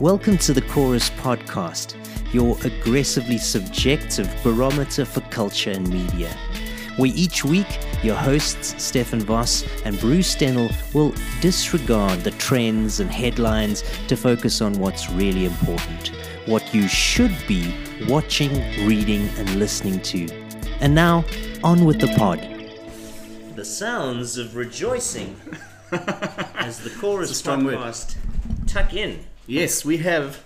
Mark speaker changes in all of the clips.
Speaker 1: Welcome to the Chorus Podcast, your aggressively subjective barometer for culture and media, where each week your hosts, Stefan Voss and Bruce Stennel, will disregard the trends and headlines to focus on what's really important, what you should be watching, reading, and listening to. And now, on with the pod. The sounds of rejoicing as the Chorus
Speaker 2: It's a strong word.
Speaker 1: Podcast tuck in.
Speaker 2: Yes, we have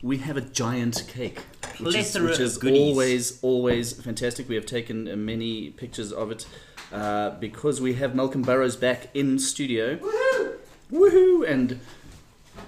Speaker 2: we have a giant cake, which is,
Speaker 1: Plethora
Speaker 2: which is
Speaker 1: of goodies.
Speaker 2: always always fantastic. We have taken uh, many pictures of it uh, because we have Malcolm Burrows back in studio. Woohoo! Woohoo! And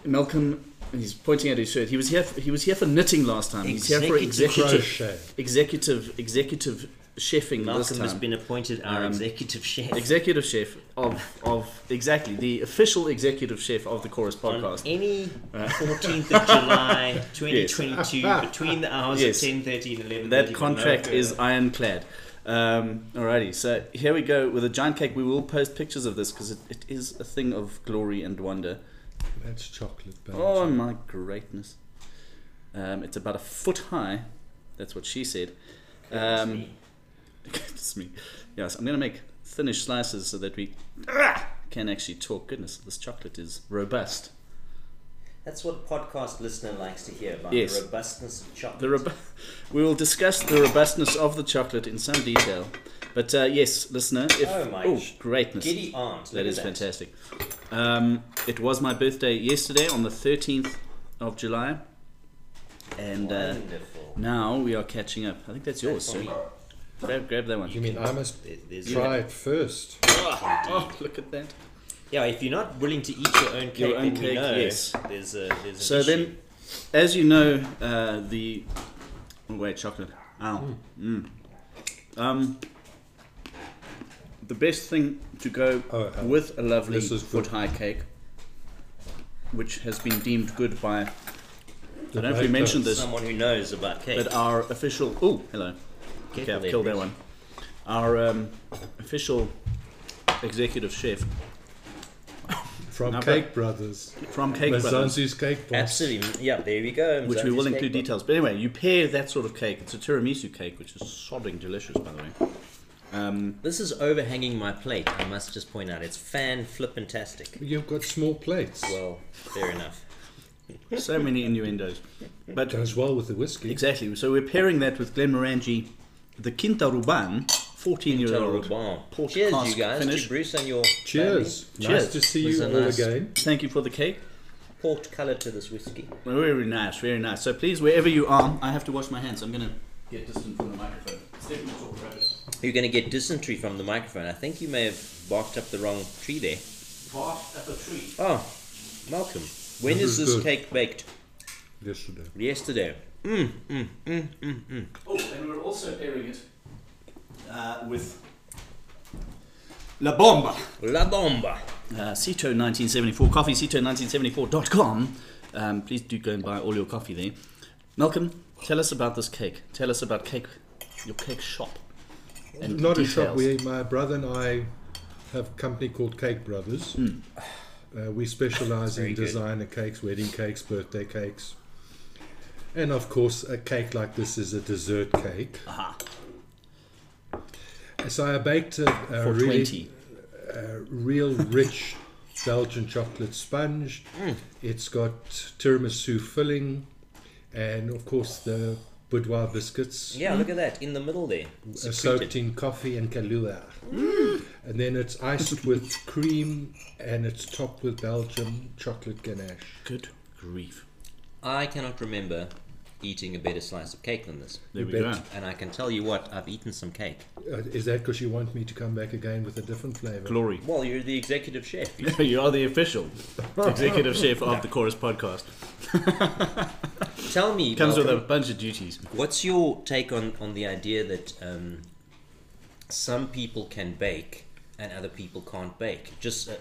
Speaker 2: Malcolm, he's pointing at his shirt. He was here. For, he was here for knitting last time. He's here for
Speaker 1: Executive
Speaker 2: executive
Speaker 3: crochet.
Speaker 2: executive executive chefing this
Speaker 1: Malcolm
Speaker 2: time.
Speaker 1: has been appointed our
Speaker 2: Um,
Speaker 1: executive chef
Speaker 2: executive chef of of exactly the official executive chef of the Chorus
Speaker 1: on
Speaker 2: podcast.
Speaker 1: any 14th of July 2022
Speaker 3: Yes.
Speaker 1: between the hours
Speaker 2: Yes.
Speaker 1: of 10.30 and 11.30.
Speaker 2: That contract is ironclad. Um, alrighty, so here we go with a giant cake. We will post pictures of this because it, it is a thing of glory and wonder.
Speaker 3: That's chocolate. Belgium.
Speaker 2: Oh my greatness! Um, it's about a foot high. That's what she said. Um, it's me. Yes, I'm gonna make thinnish slices so that we ah, can actually talk. Goodness, this chocolate is robust.
Speaker 1: That's what a podcast listener likes to hear about,
Speaker 2: Yes.
Speaker 1: the robustness of chocolate.
Speaker 2: The rob- we will discuss the robustness of the chocolate in some detail. But uh, yes, listener, if
Speaker 1: Oh my sh-
Speaker 2: greatness,
Speaker 1: Giddy arms.
Speaker 2: That is fantastic. Um, it was my birthday yesterday on the 13th of July. And uh,
Speaker 1: Wonderful.
Speaker 2: now we are catching up. I think that's yours, sir. Grab, grab that one.
Speaker 3: You mean I must
Speaker 1: There- there's-
Speaker 3: try it first?
Speaker 2: Oh, look at that.
Speaker 1: Yeah, if you're not willing to eat your own cake,
Speaker 2: Your
Speaker 1: then
Speaker 2: own
Speaker 1: we
Speaker 2: cake,
Speaker 1: know
Speaker 2: yes.
Speaker 1: there's a there's an
Speaker 2: So
Speaker 1: issue.
Speaker 2: then, as you know, uh, the. Oh, wait, chocolate. Ow.
Speaker 3: Hmm.
Speaker 2: Mm. Um, the best thing to go
Speaker 3: Oh, uh,
Speaker 2: with a lovely
Speaker 3: this is
Speaker 2: foot
Speaker 3: good.
Speaker 2: high cake, which has been deemed good by. I
Speaker 3: The
Speaker 2: don't know if we
Speaker 3: baker.
Speaker 2: mentioned this.
Speaker 1: someone who knows about cake.
Speaker 2: But our official. Oh, hello. Okay,
Speaker 1: Careful
Speaker 2: I've
Speaker 1: there,
Speaker 2: killed that
Speaker 1: Bruce.
Speaker 2: one. Our um, official executive chef
Speaker 3: From
Speaker 2: No,
Speaker 3: Cake Brothers.
Speaker 2: from Cake Brothers,
Speaker 3: Mazanzi's Cake Box.
Speaker 1: Absolutely. Mm, Yeah, there we go.
Speaker 2: which we
Speaker 1: Mzansi's
Speaker 2: will
Speaker 1: cake
Speaker 2: include
Speaker 1: box.
Speaker 2: details. But anyway, you pair that sort of cake. It's a tiramisu cake, which is sodding delicious, by the way. Um,
Speaker 1: This is overhanging my plate, I must just point out. It's fan flippantastic.
Speaker 3: You've got small plates.
Speaker 1: Well, fair enough.
Speaker 2: so many innuendos. But
Speaker 3: Goes well with the whiskey.
Speaker 2: exactly. So we're pairing that with Glenmorangie, the Quinta Ruban, 14 year
Speaker 1: Total
Speaker 2: old.
Speaker 1: bomb.
Speaker 2: Port
Speaker 1: Cheers, you
Speaker 2: cask
Speaker 1: guys.
Speaker 2: finish.
Speaker 1: To Bruce and your
Speaker 3: Cheers.
Speaker 2: Cheers.
Speaker 3: Nice to see
Speaker 1: Was
Speaker 3: you
Speaker 1: a
Speaker 3: all
Speaker 1: nice-
Speaker 3: again.
Speaker 2: Thank you for the cake.
Speaker 1: family. Port colour to this whiskey.
Speaker 2: Very nice, very nice. So please, wherever you are, I have to wash my hands. I'm going to get distant from the microphone. Stephen will talk rubbish.
Speaker 1: You're going to get dysentery from the microphone. I think you may have barked up the wrong tree there.
Speaker 2: Bark at the tree.
Speaker 1: Oh, Malcolm, when
Speaker 3: This
Speaker 1: is
Speaker 3: is
Speaker 1: this
Speaker 3: good.
Speaker 1: cake baked?
Speaker 3: Yesterday.
Speaker 1: Yesterday.
Speaker 2: Oh, and we're also pairing it uh, with La Bomba.
Speaker 1: La Bomba.
Speaker 2: Uh, Cito 1974 coffee, cito1974.com. Um, please do go and buy all your coffee there. Malcolm, tell us about this cake. Tell us about cake, your cake shop. And
Speaker 3: Not a
Speaker 2: details.
Speaker 3: shop. We, my brother and I have a company called Cake Brothers. Uh, we specialize
Speaker 1: Very
Speaker 3: in
Speaker 1: good.
Speaker 3: designer cakes, wedding cakes, birthday cakes. And of course, a cake like this is a dessert cake.
Speaker 2: Aha,
Speaker 3: So I baked a, a
Speaker 2: for
Speaker 3: really
Speaker 2: 20.
Speaker 3: real rich Belgian chocolate sponge. It's got tiramisu filling, and of course the boudoir biscuits
Speaker 1: Yeah, look at that. In the middle there.
Speaker 3: are
Speaker 1: Secreted.
Speaker 3: soaked in Mm. coffee and Kahlua. And then it's iced with cream, and it's topped with Belgian chocolate ganache.
Speaker 2: Good grief.
Speaker 1: I cannot remember eating a better slice of cake than this.
Speaker 2: There
Speaker 3: You
Speaker 2: we
Speaker 3: bet.
Speaker 2: go.
Speaker 1: And I can tell you what, I've eaten some cake.
Speaker 3: Uh, is that because you want me to come back again with a different flavor?
Speaker 2: Glory.
Speaker 1: Well, you're the executive chef. You
Speaker 2: you are the official executive chef of the Chorus podcast.
Speaker 1: tell me,
Speaker 2: Comes with a
Speaker 1: Malcolm,
Speaker 2: bunch of duties.
Speaker 1: what's your take on, on the idea that um, some people can bake and other people can't bake? Just, uh,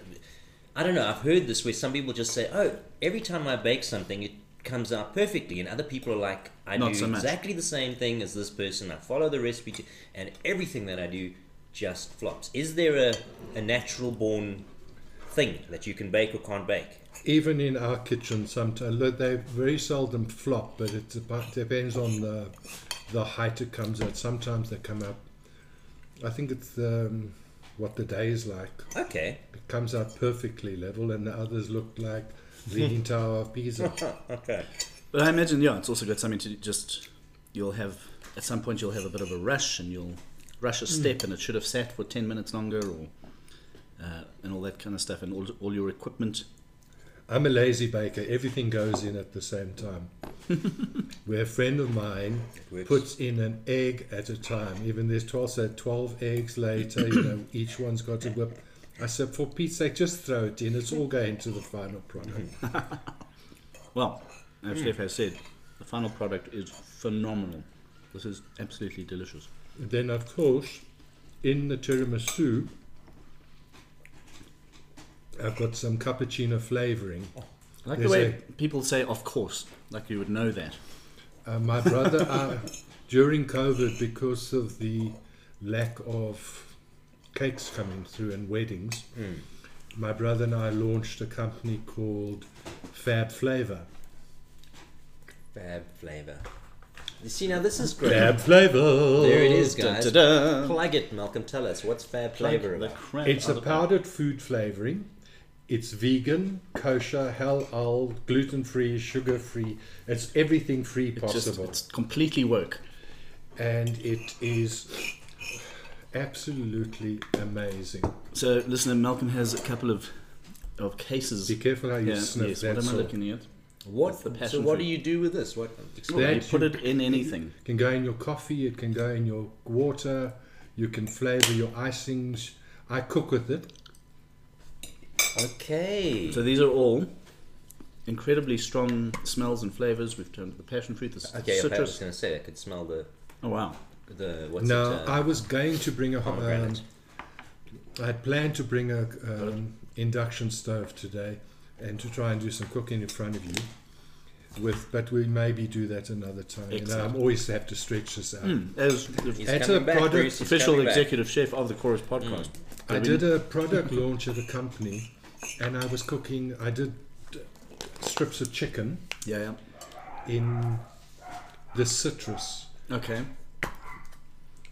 Speaker 1: I don't know, I've heard this where some people just say, oh, every time I bake something, it comes out perfectly. And other people are like, I
Speaker 2: Not
Speaker 1: do
Speaker 2: so much.
Speaker 1: exactly the same thing as this person. I follow the recipe to, and everything that I do just flops. Is there a, a natural born
Speaker 4: thing that you can bake or can't bake.
Speaker 3: Even in our kitchen, sometimes they very seldom flop, but it dep- depends on the the height it comes at. Sometimes they come up. I think it's the, um, what the day is like.
Speaker 4: Okay.
Speaker 3: It comes out perfectly level, and the others look like Leaning Tower of Pisa.
Speaker 4: okay.
Speaker 2: But I imagine, yeah, it's also got something to do- just. You'll have at some point you'll have a bit of a rush, and you'll rush a step, and it should have sat for ten minutes longer, or uh, and all that kind of stuff, and all, all your equipment.
Speaker 3: I'm a lazy baker. Everything goes in at the same time. Where a friend of mine
Speaker 4: works.
Speaker 3: puts in an egg at a time. Even there's 12, so 12 eggs later, you know, each one's got to whip. I said, for Pete's sake, just throw it in. It's all going to the final product.
Speaker 2: Well, as Chef has said, the final product is phenomenal. This is absolutely delicious.
Speaker 3: then, of course, in the tiramisu, I've got some cappuccino flavoring.
Speaker 2: I like
Speaker 3: There's
Speaker 2: the way people say, "Of course," like you would know that.
Speaker 3: Uh, my brother, uh, during COVID, because of the lack of cakes coming through and weddings,
Speaker 2: Mm.
Speaker 3: my brother and I launched a company called Fab Flavor.
Speaker 4: Fab flavor. You see, now this is great.
Speaker 3: Fab Flavor!
Speaker 4: There it
Speaker 2: Oh,
Speaker 4: is, guys.
Speaker 2: Da-da-da.
Speaker 4: Plug it, Malcolm. Tell us what's fab flavor
Speaker 2: The
Speaker 4: about.
Speaker 2: crap
Speaker 3: It's
Speaker 2: out of
Speaker 3: a
Speaker 2: it.
Speaker 3: powdered food flavoring. It's vegan, kosher, halal, gluten free, sugar free. It's everything free
Speaker 2: It just-
Speaker 3: possible.
Speaker 2: it's completely woke.
Speaker 3: and it is absolutely amazing.
Speaker 2: So, listener, Malcolm has a couple of of cases.
Speaker 3: Be careful how you
Speaker 2: Yeah,
Speaker 3: sniff
Speaker 2: yes,
Speaker 3: that.
Speaker 2: what am I
Speaker 3: salt.
Speaker 2: looking at?
Speaker 4: What?
Speaker 2: the
Speaker 4: so,
Speaker 2: passion
Speaker 4: what
Speaker 2: fruit.
Speaker 4: do you do with this? What?
Speaker 2: Well,
Speaker 3: That
Speaker 2: you put
Speaker 3: you-
Speaker 2: it in anything.
Speaker 3: can go in your coffee, it can go in your water, you can flavor your icings. I cook with it.
Speaker 4: Okay.
Speaker 2: So these are all incredibly strong smells and flavors. We've turned to the passion fruit, the
Speaker 4: okay. I was
Speaker 2: citrus.
Speaker 4: going to say I could smell the
Speaker 2: Oh wow!
Speaker 4: the what's
Speaker 3: No,
Speaker 4: it? uh,
Speaker 2: um,
Speaker 3: I was going to bring a ho- um,
Speaker 4: Pomegranate.
Speaker 3: I had planned to bring a um, induction stove today and to try and do some cooking in front of you with but we maybe do that another time. You know,
Speaker 2: Excellent. Hmm.
Speaker 3: I'm always have to stretch this out.
Speaker 2: As the
Speaker 4: He's
Speaker 3: It's
Speaker 4: coming
Speaker 3: a
Speaker 4: back,
Speaker 3: product-
Speaker 4: Bruce, he's
Speaker 2: official
Speaker 4: coming back.
Speaker 2: executive chef of the Chorus Podcast,
Speaker 4: Mm.
Speaker 3: I did a product launch at a company and I was cooking I did uh, strips of chicken
Speaker 2: yeah,
Speaker 3: in the citrus.
Speaker 2: yeah. Okay.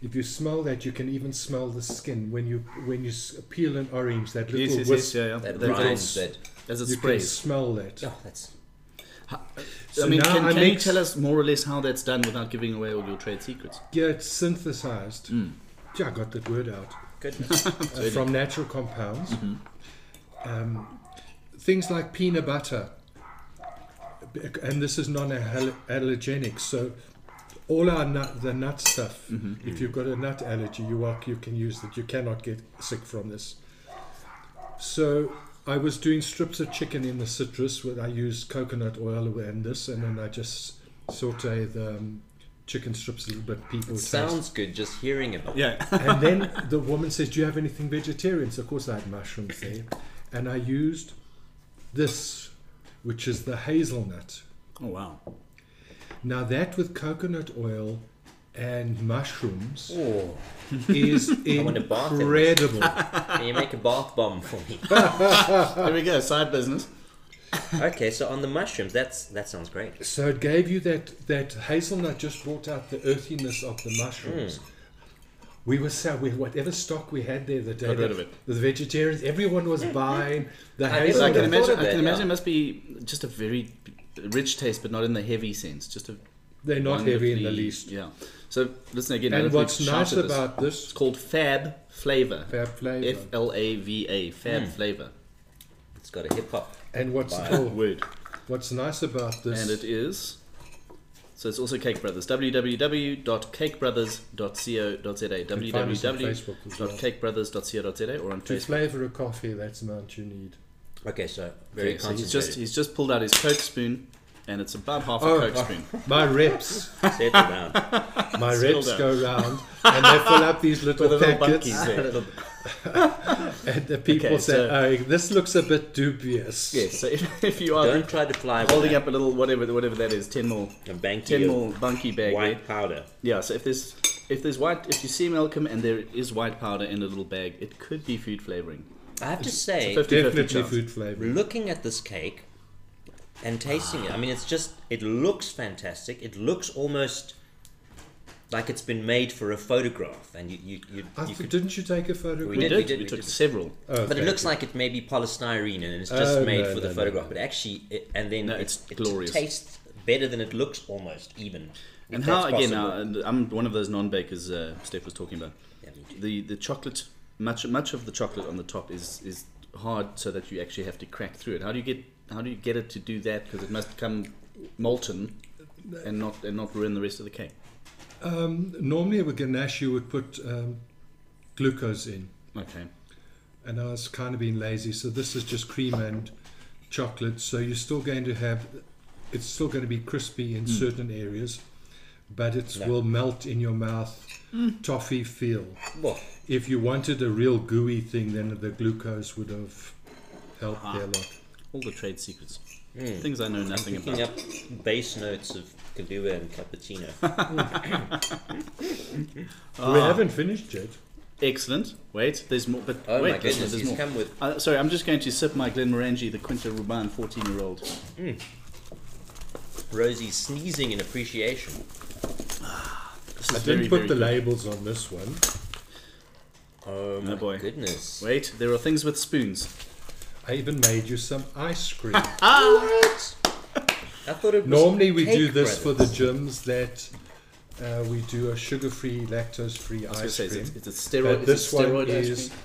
Speaker 3: If you smell that, you can even smell the skin when you when you s- peel an orange. That
Speaker 2: Yes,
Speaker 3: little
Speaker 2: yes, yes,
Speaker 3: wisp,
Speaker 2: yeah, yeah.
Speaker 4: That
Speaker 2: That goes-
Speaker 4: rinds that.
Speaker 2: as it
Speaker 3: you can
Speaker 2: sprays.
Speaker 3: smell that.
Speaker 4: Oh, that's
Speaker 3: So
Speaker 2: I mean,
Speaker 3: now
Speaker 2: can,
Speaker 3: I
Speaker 2: can you
Speaker 3: mix-
Speaker 2: tell us more or less how that's done without giving away all your trade secrets?
Speaker 3: Yeah, it's synthesized.
Speaker 2: Mm.
Speaker 3: Yeah, I got that word out
Speaker 4: goodness.
Speaker 3: Uh, from natural compounds.
Speaker 4: Mm-hmm.
Speaker 3: Um, things like peanut butter, Bec- and this is non-allergenic. So all our nut, the nut stuff.
Speaker 4: Mm-hmm.
Speaker 3: If you've got a nut allergy, you are, you can use that. You cannot get sick from this. So I was doing strips of chicken in the citrus. Where I used coconut oil and this, and then I just saute the um, chicken strips a little bit. People
Speaker 4: It
Speaker 3: taste.
Speaker 4: sounds good just hearing it.
Speaker 2: Yeah.
Speaker 3: And then the woman says, "Do you have anything vegetarian?" So of course I had mushrooms there, and I used this, which is the hazelnut.
Speaker 2: oh wow.
Speaker 3: Now that with coconut oil and mushrooms
Speaker 4: Oh,
Speaker 3: is
Speaker 4: want a bath in this.
Speaker 3: incredible.
Speaker 4: can you make a bath bomb for me?
Speaker 2: There we go. Side business.
Speaker 4: okay, so on the mushrooms, that's that sounds great.
Speaker 3: so it gave you that that hazelnut just brought out the earthiness of the mushrooms.
Speaker 2: Hmm.
Speaker 3: We were so we, whatever stock we had there the day
Speaker 2: Got rid
Speaker 3: that-
Speaker 2: of it.
Speaker 3: the vegetarians everyone was buying the
Speaker 4: I
Speaker 2: So I
Speaker 4: never
Speaker 2: can
Speaker 3: hazelnut.
Speaker 4: thought
Speaker 2: imagine.
Speaker 4: of
Speaker 2: I
Speaker 4: that,
Speaker 2: can imagine
Speaker 4: yeah.
Speaker 2: it must be just a very rich taste, but not in the heavy sense. Just a
Speaker 3: They're not heavy in the
Speaker 2: wonderfully-
Speaker 3: least.
Speaker 2: Yeah. So listen again. I
Speaker 3: And
Speaker 2: don't know if
Speaker 3: what's
Speaker 2: we've
Speaker 3: nice
Speaker 2: shouted this.
Speaker 3: about
Speaker 2: it's
Speaker 3: this
Speaker 2: called Fab Flavor.
Speaker 3: Fab Flavor.
Speaker 2: F L A V A.
Speaker 4: Hmm.
Speaker 2: Fab Flavor.
Speaker 4: It's got a hip hop.
Speaker 3: and what's
Speaker 4: Bye.
Speaker 3: oh,
Speaker 2: Word.
Speaker 3: what's nice about this
Speaker 2: And it is. So it's also Cake Brothers. www.cakebrothers.co.za.
Speaker 3: You can find us on Facebook as well.
Speaker 2: www.cakebrothers.co.za or on
Speaker 3: to
Speaker 2: Facebook.
Speaker 3: flavour a coffee, that's the amount you need.
Speaker 4: Okay, so very
Speaker 2: Okay, so
Speaker 4: concentrated.
Speaker 2: he's just he's just pulled out his Coke spoon, and it's about half a
Speaker 3: Oh.
Speaker 2: Coke spoon.
Speaker 3: My reps,
Speaker 4: Settle down.
Speaker 3: my
Speaker 2: Settle
Speaker 3: reps
Speaker 2: down.
Speaker 3: go round and they fill up these little
Speaker 2: With a little
Speaker 3: packets,
Speaker 2: bunkies there.
Speaker 3: and the people
Speaker 2: Okay,
Speaker 3: say,
Speaker 2: so-
Speaker 3: "Oh, this looks a bit dubious."
Speaker 2: Yes. So if, if you are
Speaker 4: Don't try to fly with
Speaker 2: holding
Speaker 4: that.
Speaker 2: up a little whatever whatever that is, ten mil,
Speaker 4: a banky
Speaker 2: ten
Speaker 4: of
Speaker 2: mil bunky bag. there.
Speaker 4: white powder.
Speaker 2: Yeah. So if there's if there's white if you see Malcolm and there is white powder in a little bag, it could be food flavoring.
Speaker 4: I have to say,
Speaker 2: fifty-
Speaker 3: Definitely
Speaker 2: chance.
Speaker 3: food flavoring.
Speaker 4: looking at this cake and tasting it, I mean, it's just, it looks fantastic. It looks almost like it's been made for a photograph. And you, you, you,
Speaker 3: I
Speaker 4: you
Speaker 3: th-
Speaker 4: could,
Speaker 3: didn't you take a photo?
Speaker 2: We,
Speaker 4: We did,
Speaker 2: did.
Speaker 4: we did,
Speaker 2: We
Speaker 4: we
Speaker 2: took
Speaker 4: did.
Speaker 2: several.
Speaker 3: Oh,
Speaker 4: but it
Speaker 3: thank
Speaker 4: looks
Speaker 3: you.
Speaker 4: like it may be polystyrene and it's just
Speaker 3: Oh,
Speaker 4: made
Speaker 3: no,
Speaker 4: for
Speaker 3: no,
Speaker 4: the
Speaker 3: no,
Speaker 4: photograph.
Speaker 3: no.
Speaker 4: But actually, it, and then
Speaker 2: No,
Speaker 4: it,
Speaker 2: it's
Speaker 4: it
Speaker 2: glorious.
Speaker 4: tastes better than it looks almost, even. if
Speaker 2: And
Speaker 4: that's
Speaker 2: how again?
Speaker 4: possible.
Speaker 2: Now, and I'm one of those non-bakers. Uh, Steph was talking about
Speaker 4: Yeah, me too.
Speaker 2: the the chocolate. Much much of the chocolate on the top is is hard, so that you actually have to crack through it. How do you get how do you get it to do that? Because it must come molten and not and not ruin the rest of the cake.
Speaker 3: Um, normally with ganache you would put um, glucose in,
Speaker 2: Okay.
Speaker 3: and I was kind of being lazy, so this is just cream and chocolate. So you're still going to have, it's still going to be crispy
Speaker 2: Mm.
Speaker 3: in certain areas, but it
Speaker 4: Yeah.
Speaker 3: will melt in your mouth, toffee feel.
Speaker 2: uh,
Speaker 4: Well,
Speaker 3: If you wanted a real gooey thing, then the glucose would have helped there a
Speaker 2: Ah.
Speaker 3: lot.
Speaker 2: All the trade secrets.
Speaker 4: Hmm.
Speaker 2: Things I know nothing about.
Speaker 4: picking up base notes of Kahlua and cappuccino.
Speaker 2: Ah.
Speaker 3: We haven't finished yet.
Speaker 2: Excellent. Wait, there's more. But
Speaker 4: Oh
Speaker 2: wait,
Speaker 4: my goodness,
Speaker 2: there's
Speaker 4: he's
Speaker 2: more.
Speaker 4: come with.
Speaker 2: Uh, sorry, I'm just going to sip my Glenmorangie, the Quinta Ruban 14 year old.
Speaker 4: Rosie's sneezing in appreciation.
Speaker 2: This is
Speaker 3: I
Speaker 2: very,
Speaker 3: didn't put
Speaker 2: very
Speaker 3: the
Speaker 2: good.
Speaker 3: labels on this one.
Speaker 4: Oh my
Speaker 2: boy.
Speaker 4: goodness.
Speaker 2: Wait, there are things with spoons.
Speaker 3: I even made you some ice cream.
Speaker 4: What? I thought it was
Speaker 3: Normally we
Speaker 4: cake
Speaker 3: do this for the
Speaker 4: brothers.
Speaker 3: gyms that uh, we do a sugar-free, lactose-free
Speaker 2: I was
Speaker 3: ice
Speaker 2: going to say,
Speaker 3: cream.
Speaker 2: it's, it's a steroid.
Speaker 3: But
Speaker 2: is
Speaker 3: Uh, this
Speaker 2: it
Speaker 3: one
Speaker 2: steroid ice
Speaker 3: is
Speaker 2: cream?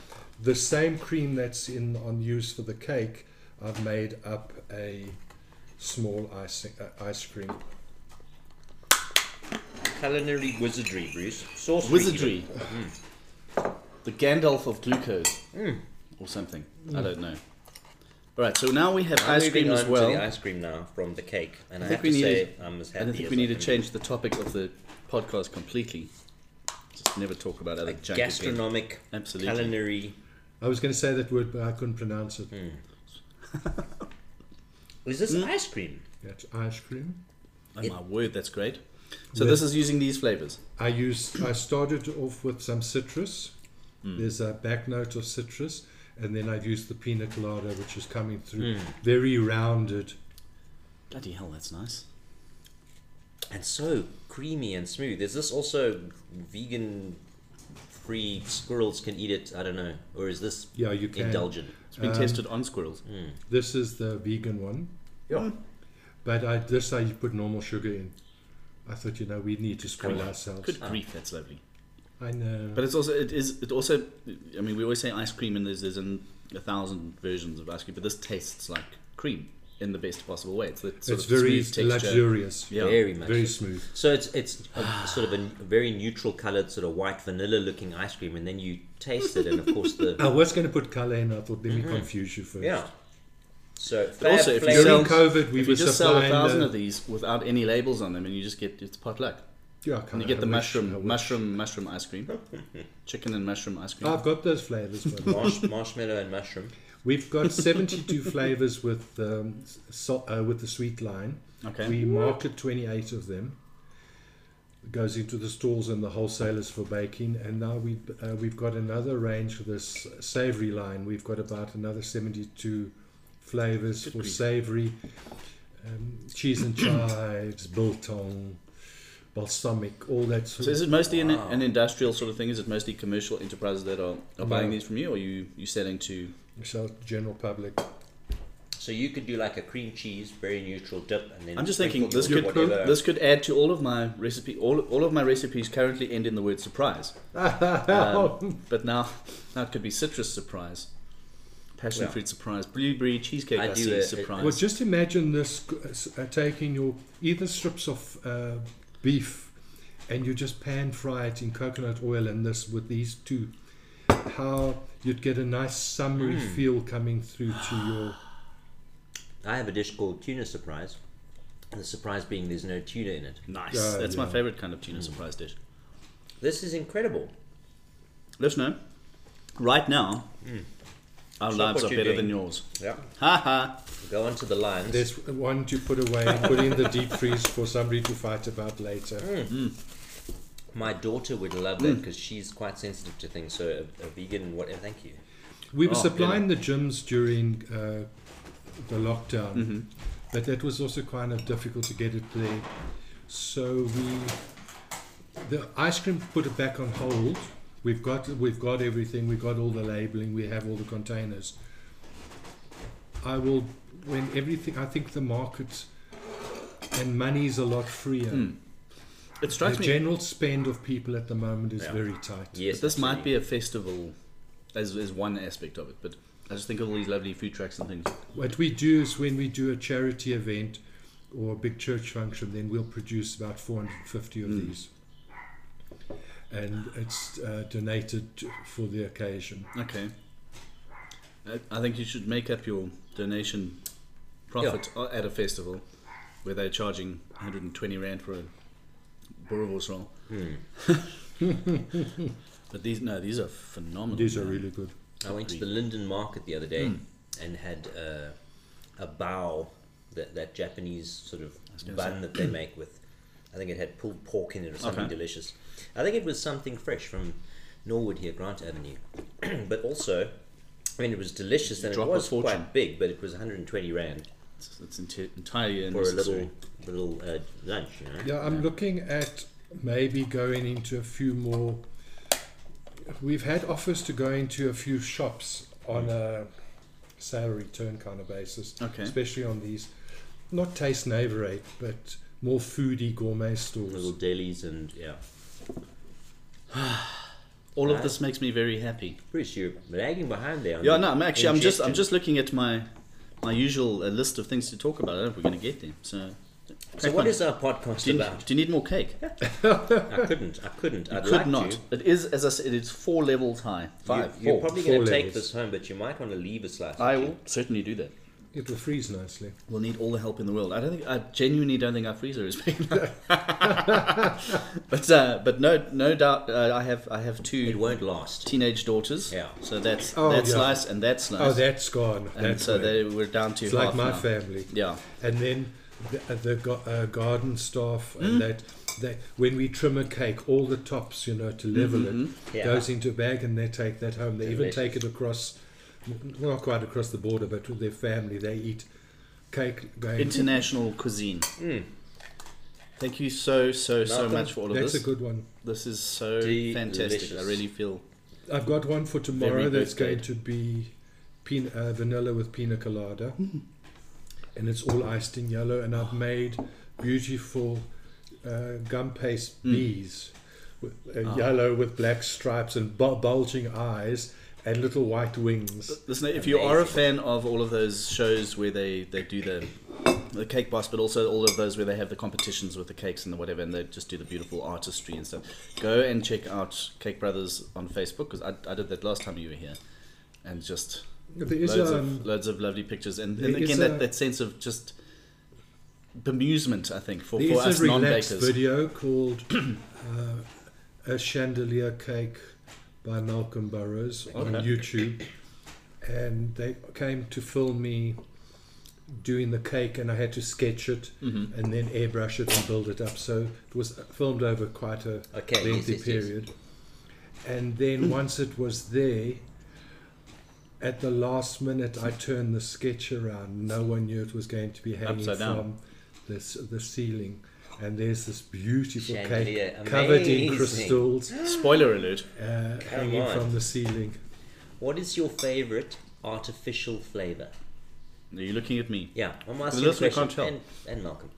Speaker 3: the same cream that's in on use for the cake. I've made up a small ice uh, ice cream.
Speaker 4: culinary wizardry, Bruce. Sorcery.
Speaker 2: wizardry.
Speaker 4: Mm.
Speaker 2: The Gandalf of glucose. Or something. I don't know. All right, so now we have
Speaker 4: I'm
Speaker 2: ice
Speaker 4: moving
Speaker 2: cream as
Speaker 4: on to
Speaker 2: well.
Speaker 4: the ice cream now from the cake, and I,
Speaker 2: I think
Speaker 4: have
Speaker 2: we
Speaker 4: to say
Speaker 2: need-
Speaker 4: I'm as happy
Speaker 2: And I think
Speaker 4: as
Speaker 2: we need to
Speaker 4: I can
Speaker 2: change the topic of the podcast completely. Just never talk about other
Speaker 4: be.
Speaker 2: junk again.
Speaker 4: gastronomic,
Speaker 2: Absolutely.
Speaker 4: culinary.
Speaker 3: I was going to say that word, but I couldn't pronounce it.
Speaker 4: Is
Speaker 2: Hmm?
Speaker 4: this ice cream?
Speaker 3: That's ice cream.
Speaker 2: Oh
Speaker 4: It-
Speaker 2: my word, that's great. So
Speaker 3: With-
Speaker 2: this is using these flavors.
Speaker 3: I used. I started off with some citrus. There's a back note of citrus, and then I've used the pina colada, which is coming through very rounded.
Speaker 2: Bloody hell, that's nice.
Speaker 4: And so creamy and smooth. Is this also vegan? Free squirrels can eat it. I don't know, or is this
Speaker 3: Yeah, you can.
Speaker 4: indulgent?
Speaker 2: It's been
Speaker 3: Um,
Speaker 2: tested on squirrels.
Speaker 3: This is the vegan one.
Speaker 2: Yeah.
Speaker 3: But I, this I put normal sugar in. I thought, you know, we need to spoil ourselves.
Speaker 2: Good grief, that's lovely.
Speaker 3: I know.
Speaker 2: But it's also it is it also I mean we always say ice cream and there's there's an, a thousand versions of ice cream, but this tastes like cream in the best possible way. It's that sort
Speaker 3: it's
Speaker 2: of
Speaker 3: very
Speaker 2: smooth texture.
Speaker 3: luxurious.
Speaker 2: Yeah.
Speaker 4: Very much.
Speaker 3: Very smooth.
Speaker 4: So it's it's a, sort of a very neutral coloured, sort of white vanilla looking ice cream, and then you taste it, and of course
Speaker 3: I
Speaker 4: the
Speaker 3: was going to put colour in. I thought, let me
Speaker 2: Mm-hmm.
Speaker 3: confuse you first.
Speaker 4: yeah. So
Speaker 2: But also, if
Speaker 4: fab
Speaker 2: you
Speaker 4: flavours.
Speaker 2: sell-
Speaker 3: During COVID, we
Speaker 2: if
Speaker 3: were
Speaker 2: you just sell a
Speaker 3: supplying
Speaker 2: thousand
Speaker 3: the-
Speaker 2: of these without any labels on them and you just get it's potluck.
Speaker 3: Yeah, I kinda
Speaker 2: And you get the
Speaker 3: wish-
Speaker 2: mushroom
Speaker 3: I wish.
Speaker 2: mushroom mushroom ice cream. Chicken and mushroom ice cream.
Speaker 3: I've got those flavours. by the way.
Speaker 4: marsh, marshmallow and mushroom.
Speaker 3: We've got 72 flavours with um, so, uh, with the sweet line.
Speaker 2: Okay.
Speaker 3: We market 28 of them. It goes into the stalls and the wholesalers for baking, and now we uh, we've got another range for this savoury line. We've got about another 72 flavours for
Speaker 2: grief.
Speaker 3: savoury, um, cheese and chives, biltong, balsamic, all that sort
Speaker 2: So is
Speaker 3: of.
Speaker 2: it mostly an,
Speaker 4: Wow.
Speaker 2: an industrial sort of thing? Is it mostly commercial enterprises that are, are buying
Speaker 3: No.
Speaker 2: these from you, or are you you selling to?
Speaker 3: So general public.
Speaker 4: So you could do like a cream cheese, very neutral dip, and then
Speaker 2: I'm just thinking
Speaker 4: sprinkle
Speaker 2: this
Speaker 4: your
Speaker 2: could
Speaker 4: whatever.
Speaker 2: this could add to all of my recipe. All all of my recipes currently end in the word surprise,
Speaker 4: Oh.
Speaker 2: Um, but now now it could be citrus surprise, passion
Speaker 4: Yeah.
Speaker 2: fruit surprise, blueberry cheesecake. I,
Speaker 4: I do
Speaker 2: see
Speaker 4: it-
Speaker 2: surprise.
Speaker 3: Well, just imagine this uh, taking your either strips of uh, beef and you just pan fry it in coconut oil and this with these two. How you'd get a nice summery feel coming through to your.
Speaker 4: I have a dish called tuna surprise. And the surprise being there's no tuna in it.
Speaker 2: nice.
Speaker 3: Yeah,
Speaker 2: That's my
Speaker 3: yeah.
Speaker 2: favorite kind of
Speaker 4: Hmm.
Speaker 2: tuna surprise dish.
Speaker 4: This is incredible.
Speaker 2: Let us know. Right now, our
Speaker 4: Hmm. Stop
Speaker 2: lives
Speaker 4: what
Speaker 2: are
Speaker 4: you're
Speaker 2: better than
Speaker 4: doing.
Speaker 2: yours.
Speaker 4: Yeah.
Speaker 2: Ha ha.
Speaker 4: Go onto the lines.
Speaker 3: There's one to put away, put in the deep freeze for somebody to fight about later.
Speaker 4: Hmm.
Speaker 2: Mm.
Speaker 4: My daughter would love that because she's quite sensitive to things. So a, a vegan, whatever. Thank you.
Speaker 3: We were
Speaker 2: Oh,
Speaker 3: supplying the gyms during uh, the lockdown,
Speaker 2: Mm-hmm.
Speaker 3: but that was also kind of difficult to get it there. So we, the ice cream, put it back on hold. We've got we've got everything. We've got all the labeling. We have all the containers. I will when everything. I think the market and money is a lot freer.
Speaker 2: Mm. It
Speaker 3: The
Speaker 2: strikes me
Speaker 3: general spend of people at the moment is
Speaker 4: Yeah.
Speaker 3: very tight.
Speaker 4: Yes,
Speaker 2: this might
Speaker 4: absolutely.
Speaker 2: be a festival, as is one aspect of it. But I just think of all these lovely food trucks and things.
Speaker 3: What we do is when we do a charity event or a big church function, then we'll produce about 450 of these. And it's uh, donated to- for the occasion.
Speaker 2: Okay. I- I think you should make up your donation profit o- at a festival where they're charging 120 rand for a boerewors roll.
Speaker 4: Hmm.
Speaker 2: but these no, these are phenomenal.
Speaker 3: These are
Speaker 2: man.
Speaker 3: really good.
Speaker 4: I went to the Linden Market the other day
Speaker 2: Hmm.
Speaker 4: and had uh, a bao, that, that Japanese sort of
Speaker 2: gonna
Speaker 4: bun that they make with, I think it had pulled pork in it or something
Speaker 2: Okay.
Speaker 4: delicious. I think it was something fresh from Norwood here, Grant Avenue. but also, I mean, it was delicious and
Speaker 2: Drop
Speaker 4: it
Speaker 2: of
Speaker 4: was
Speaker 2: fortune.
Speaker 4: quite big, but it was 120 rand
Speaker 2: It's, it's enti- entirely
Speaker 4: for a
Speaker 2: unnecessary.
Speaker 4: little little uh, lunch, you know?
Speaker 3: Yeah, I'm looking at maybe going into a few more. We've had offers to go into a few shops on a sale return kind of basis,
Speaker 2: Okay.
Speaker 3: especially on these, not taste neighborate, but more foodie gourmet stores.
Speaker 4: Little delis and, yeah.
Speaker 2: All of
Speaker 4: Right.
Speaker 2: this makes me very happy.
Speaker 4: Bruce, you're lagging behind there. on
Speaker 2: Yeah,
Speaker 4: the
Speaker 2: no, I'm actually I'm just I'm
Speaker 4: ingestion.
Speaker 2: just looking at my my usual uh, list of things to talk about. I don't know if we're going to get there. So,
Speaker 4: So
Speaker 2: crack
Speaker 4: what
Speaker 2: on.
Speaker 4: is our podcast
Speaker 2: do you,
Speaker 4: about?
Speaker 2: do you need more cake?
Speaker 4: I couldn't. I couldn't.
Speaker 2: You
Speaker 4: I'd
Speaker 2: could
Speaker 4: like
Speaker 2: not.
Speaker 4: to.
Speaker 2: It is, as I said, it's four levels high. Five.
Speaker 4: You, are
Speaker 2: four.
Speaker 4: probably
Speaker 3: four
Speaker 4: going to take
Speaker 3: levels.
Speaker 4: this home, but you might want to leave a slice.
Speaker 2: I
Speaker 4: or two.
Speaker 2: will certainly do that.
Speaker 3: It will freeze nicely.
Speaker 2: We'll need all the help in the world. I don't think. I genuinely don't think our freezer is big enough. but uh, but no no doubt uh, I have I have
Speaker 4: It
Speaker 2: two
Speaker 4: won't last.
Speaker 2: teenage daughters.
Speaker 4: Yeah.
Speaker 2: So that's
Speaker 3: Oh,
Speaker 2: that
Speaker 3: yeah.
Speaker 2: slice and that slice.
Speaker 3: Oh, that's gone.
Speaker 2: and
Speaker 3: that's
Speaker 2: so
Speaker 3: gone.
Speaker 2: they were down to
Speaker 3: it's
Speaker 2: half
Speaker 3: like my
Speaker 2: now.
Speaker 3: family.
Speaker 2: Yeah.
Speaker 3: And then the, the ga- uh, garden staff
Speaker 2: Mm.
Speaker 3: and that. They, when we trim a cake, all the tops, you know, to level it,
Speaker 2: Mm-hmm.
Speaker 4: Yeah.
Speaker 3: goes into a bag and they take that home. They even
Speaker 4: Delicious.
Speaker 3: take it across, n- not quite across the border, but with their family. They eat cake going.
Speaker 2: International cuisine. Thank you so so so
Speaker 4: Malcolm,
Speaker 2: much for all of
Speaker 3: that's
Speaker 2: this.
Speaker 3: a good one.
Speaker 2: this is so fantastic. I
Speaker 4: Delicious.
Speaker 2: really feel
Speaker 3: I've got one for
Speaker 2: Very
Speaker 3: tomorrow that's
Speaker 2: good,
Speaker 3: going
Speaker 2: good.
Speaker 3: to be pina, uh, vanilla with pina colada. And it's all iced in yellow. And I've made beautiful uh, gum paste
Speaker 2: Mm.
Speaker 3: bees, with, uh,
Speaker 2: Ah.
Speaker 3: yellow with black stripes and bu- bulging eyes and little white wings.
Speaker 2: Listen, if you are a fan of all of those shows where they, they do the the cake boss, but also all of those where they have the competitions with the cakes and the whatever, and they just do the beautiful artistry and stuff, go and check out Cake Brothers on Facebook because I, I did that last time you were here, and just
Speaker 3: There is
Speaker 2: loads,
Speaker 3: um,
Speaker 2: of, loads of lovely pictures and,
Speaker 3: there
Speaker 2: and
Speaker 3: is
Speaker 2: again
Speaker 3: a-
Speaker 2: that, that sense of just bemusement I think for,
Speaker 3: there
Speaker 2: for
Speaker 3: is
Speaker 2: us
Speaker 3: a relaxed
Speaker 2: non-bakers.
Speaker 3: video called uh, A Chandelier Cake by Malcolm Burrows on
Speaker 2: Okay.
Speaker 3: YouTube. And they came to film me doing the cake, and I had to sketch it
Speaker 2: Mm-hmm.
Speaker 3: and then airbrush it and build it up. So it was filmed over quite a
Speaker 4: Okay, yes,
Speaker 3: lengthy
Speaker 4: yes, yes.
Speaker 3: period. And then once it was there, at the last minute, I turned the sketch around. No one knew it was going to be hanging
Speaker 2: Upside down.
Speaker 3: from this the ceiling, and there's this beautiful
Speaker 4: Chandelier,
Speaker 3: cake covered in
Speaker 4: amazing.
Speaker 3: crystals
Speaker 2: Spoiler alert!
Speaker 3: uh, hanging
Speaker 4: on.
Speaker 3: from the ceiling.
Speaker 4: What is your favorite artificial flavor?
Speaker 2: Are you looking at me?
Speaker 4: Yeah, I'm
Speaker 2: The
Speaker 4: asking you a
Speaker 2: listener
Speaker 4: question.
Speaker 2: can't tell.
Speaker 4: And, and Malcolm.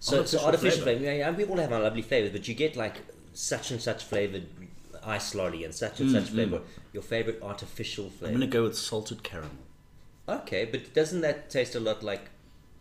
Speaker 4: So artificial,
Speaker 2: Artificial
Speaker 4: so artificial
Speaker 2: flavour.
Speaker 4: flavor. yeah, yeah, we all have our lovely flavors, but you get like such and such flavored ice lolly and such and such flavor. Your favorite artificial
Speaker 2: Mm, I'm
Speaker 4: flavor.
Speaker 2: gonna go with salted caramel.
Speaker 4: Okay, but doesn't that taste a lot like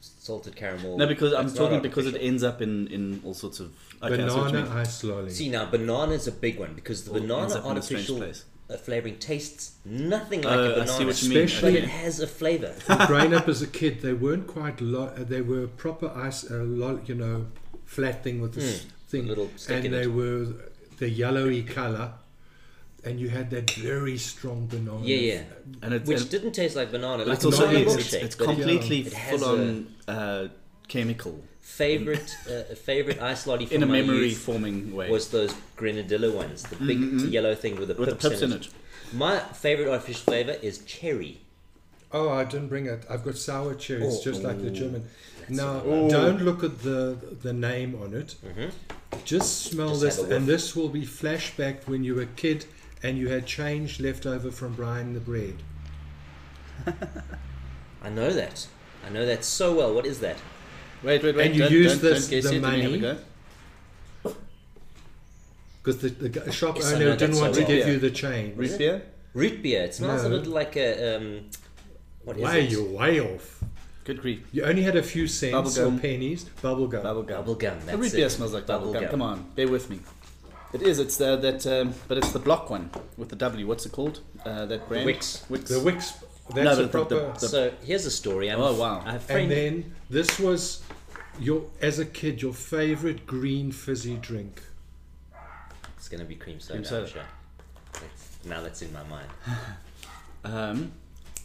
Speaker 4: salted caramel?
Speaker 2: No, because I'm
Speaker 4: That's not
Speaker 2: talking because it
Speaker 4: artificial.
Speaker 2: ends up in, in all sorts of okay, I see what you
Speaker 3: Banana
Speaker 2: mean.
Speaker 3: ice lolly.
Speaker 4: See now, banana is a big one because the
Speaker 2: Well, it ends
Speaker 4: banana
Speaker 2: up in a strange
Speaker 4: artificial
Speaker 2: place.
Speaker 4: uh, flavoring tastes nothing like a
Speaker 2: Oh, I
Speaker 4: banana.
Speaker 2: see what you mean.
Speaker 3: Especially-
Speaker 4: But it
Speaker 2: Okay.
Speaker 4: has a flavor.
Speaker 3: Growing up as a kid, they weren't quite. Lo- uh, they were proper ice, uh, lo- you know, flat thing with this thing,
Speaker 4: Hmm. little stick
Speaker 3: and
Speaker 4: in
Speaker 3: they
Speaker 4: it.
Speaker 3: were the yellowy color, and you had that very strong banana.
Speaker 4: Yeah, yeah.
Speaker 2: And it's,
Speaker 4: Which
Speaker 2: and
Speaker 4: didn't taste like banana.
Speaker 2: it's
Speaker 4: Like
Speaker 2: also
Speaker 4: banana
Speaker 2: it's,
Speaker 3: it's-
Speaker 4: milkshake.
Speaker 2: it's
Speaker 4: but it-
Speaker 2: completely
Speaker 4: it has
Speaker 2: full on uh, chemical
Speaker 4: favorite uh, favorite ice lolly from
Speaker 2: in a
Speaker 4: my
Speaker 2: memory
Speaker 4: youth
Speaker 2: forming way
Speaker 4: was those grenadilla ones, the big yellow thing with the
Speaker 2: with the
Speaker 4: pips,
Speaker 2: pips in it.
Speaker 4: My favorite artificial flavor is cherry.
Speaker 3: Oh, I didn't bring it. I've got sour cherries,
Speaker 4: Oh,
Speaker 3: just like the
Speaker 4: ooh.
Speaker 3: German. Now,
Speaker 2: Ooh.
Speaker 3: don't look at the the name on it. Just smell
Speaker 4: Mm-hmm. Just
Speaker 3: this,
Speaker 4: have a
Speaker 3: and
Speaker 4: whiff.
Speaker 3: this will be flashback when you were a kid and you had change left over from Brian the Bread.
Speaker 4: I know that. I know that so well. What is that?
Speaker 2: Wait, wait, wait.
Speaker 3: And you
Speaker 2: don't,
Speaker 3: use
Speaker 2: don't,
Speaker 3: this-
Speaker 2: don't guess
Speaker 3: the
Speaker 2: it. Let me have a
Speaker 3: money.
Speaker 2: go.
Speaker 3: Because the, the g- shop
Speaker 4: Yes, I know
Speaker 3: owner
Speaker 4: that
Speaker 3: didn't want
Speaker 4: so
Speaker 3: to
Speaker 4: well.
Speaker 3: give
Speaker 2: Yeah.
Speaker 3: you the change.
Speaker 2: Root beer?
Speaker 4: Root beer. It smells a
Speaker 3: No.
Speaker 4: little like a um. What is
Speaker 3: Why
Speaker 4: it?
Speaker 3: you're way off.
Speaker 2: Good grief.
Speaker 3: You only had a few cents or
Speaker 2: Bubblegum.
Speaker 3: pennies. Bubble gum.
Speaker 2: Bubble gum.
Speaker 4: Bubble gum. That's
Speaker 2: The root
Speaker 4: it.
Speaker 2: beer smells like bubble, gum. Come on, bear with me. It is. It's uh, that, um, but it's the block one with the W. What's it called? Uh, that brand.
Speaker 4: Wicks.
Speaker 2: Wicks.
Speaker 3: The Wicks. That's
Speaker 2: No,
Speaker 3: a
Speaker 2: but the-
Speaker 3: proper.
Speaker 2: the-
Speaker 4: So here's a story. I'm,
Speaker 2: Oh, wow.
Speaker 4: I have a
Speaker 3: and
Speaker 4: friend.
Speaker 3: then this was your as a kid your favorite green fizzy drink.
Speaker 4: it's gonna be cream soda.
Speaker 2: Cream soda.
Speaker 4: I'm sure. That's- Now that's in my mind.
Speaker 2: um,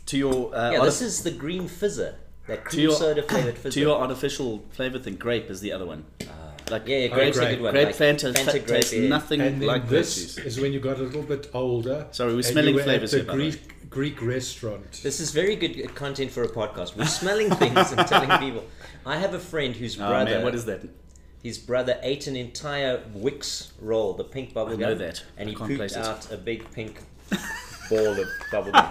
Speaker 2: to your uh,
Speaker 4: Yeah,
Speaker 2: artif-
Speaker 4: this is the green fizzer. That
Speaker 2: to
Speaker 4: cream
Speaker 2: your
Speaker 4: soda flavored fizzer.
Speaker 2: to your artificial flavor thing. Grape is the other one. like
Speaker 4: yeah, yeah, grape's a
Speaker 3: grape.
Speaker 4: good one.
Speaker 2: grape
Speaker 4: like
Speaker 2: Fanta,
Speaker 4: Fanta
Speaker 2: Fanta
Speaker 4: grape,
Speaker 2: tastes
Speaker 4: yeah.
Speaker 2: nothing
Speaker 3: And then
Speaker 2: like
Speaker 3: this
Speaker 2: grape juice.
Speaker 3: is when you got a little bit older.
Speaker 2: Sorry, we're
Speaker 3: and you
Speaker 2: smelling
Speaker 3: were at
Speaker 2: flavours
Speaker 3: the
Speaker 2: here, by the way.
Speaker 3: Greek Greek restaurant.
Speaker 4: This is very good content for a podcast. We're smelling things and telling people. I have a friend whose
Speaker 2: Oh
Speaker 4: brother,
Speaker 2: man, what is that?
Speaker 4: his brother ate an entire Wicks roll, the pink bubble
Speaker 2: I
Speaker 4: gum,
Speaker 2: know that.
Speaker 4: and
Speaker 2: I
Speaker 4: he
Speaker 2: can't place
Speaker 4: pooped
Speaker 2: it.
Speaker 4: out a big pink ball of bubble gum.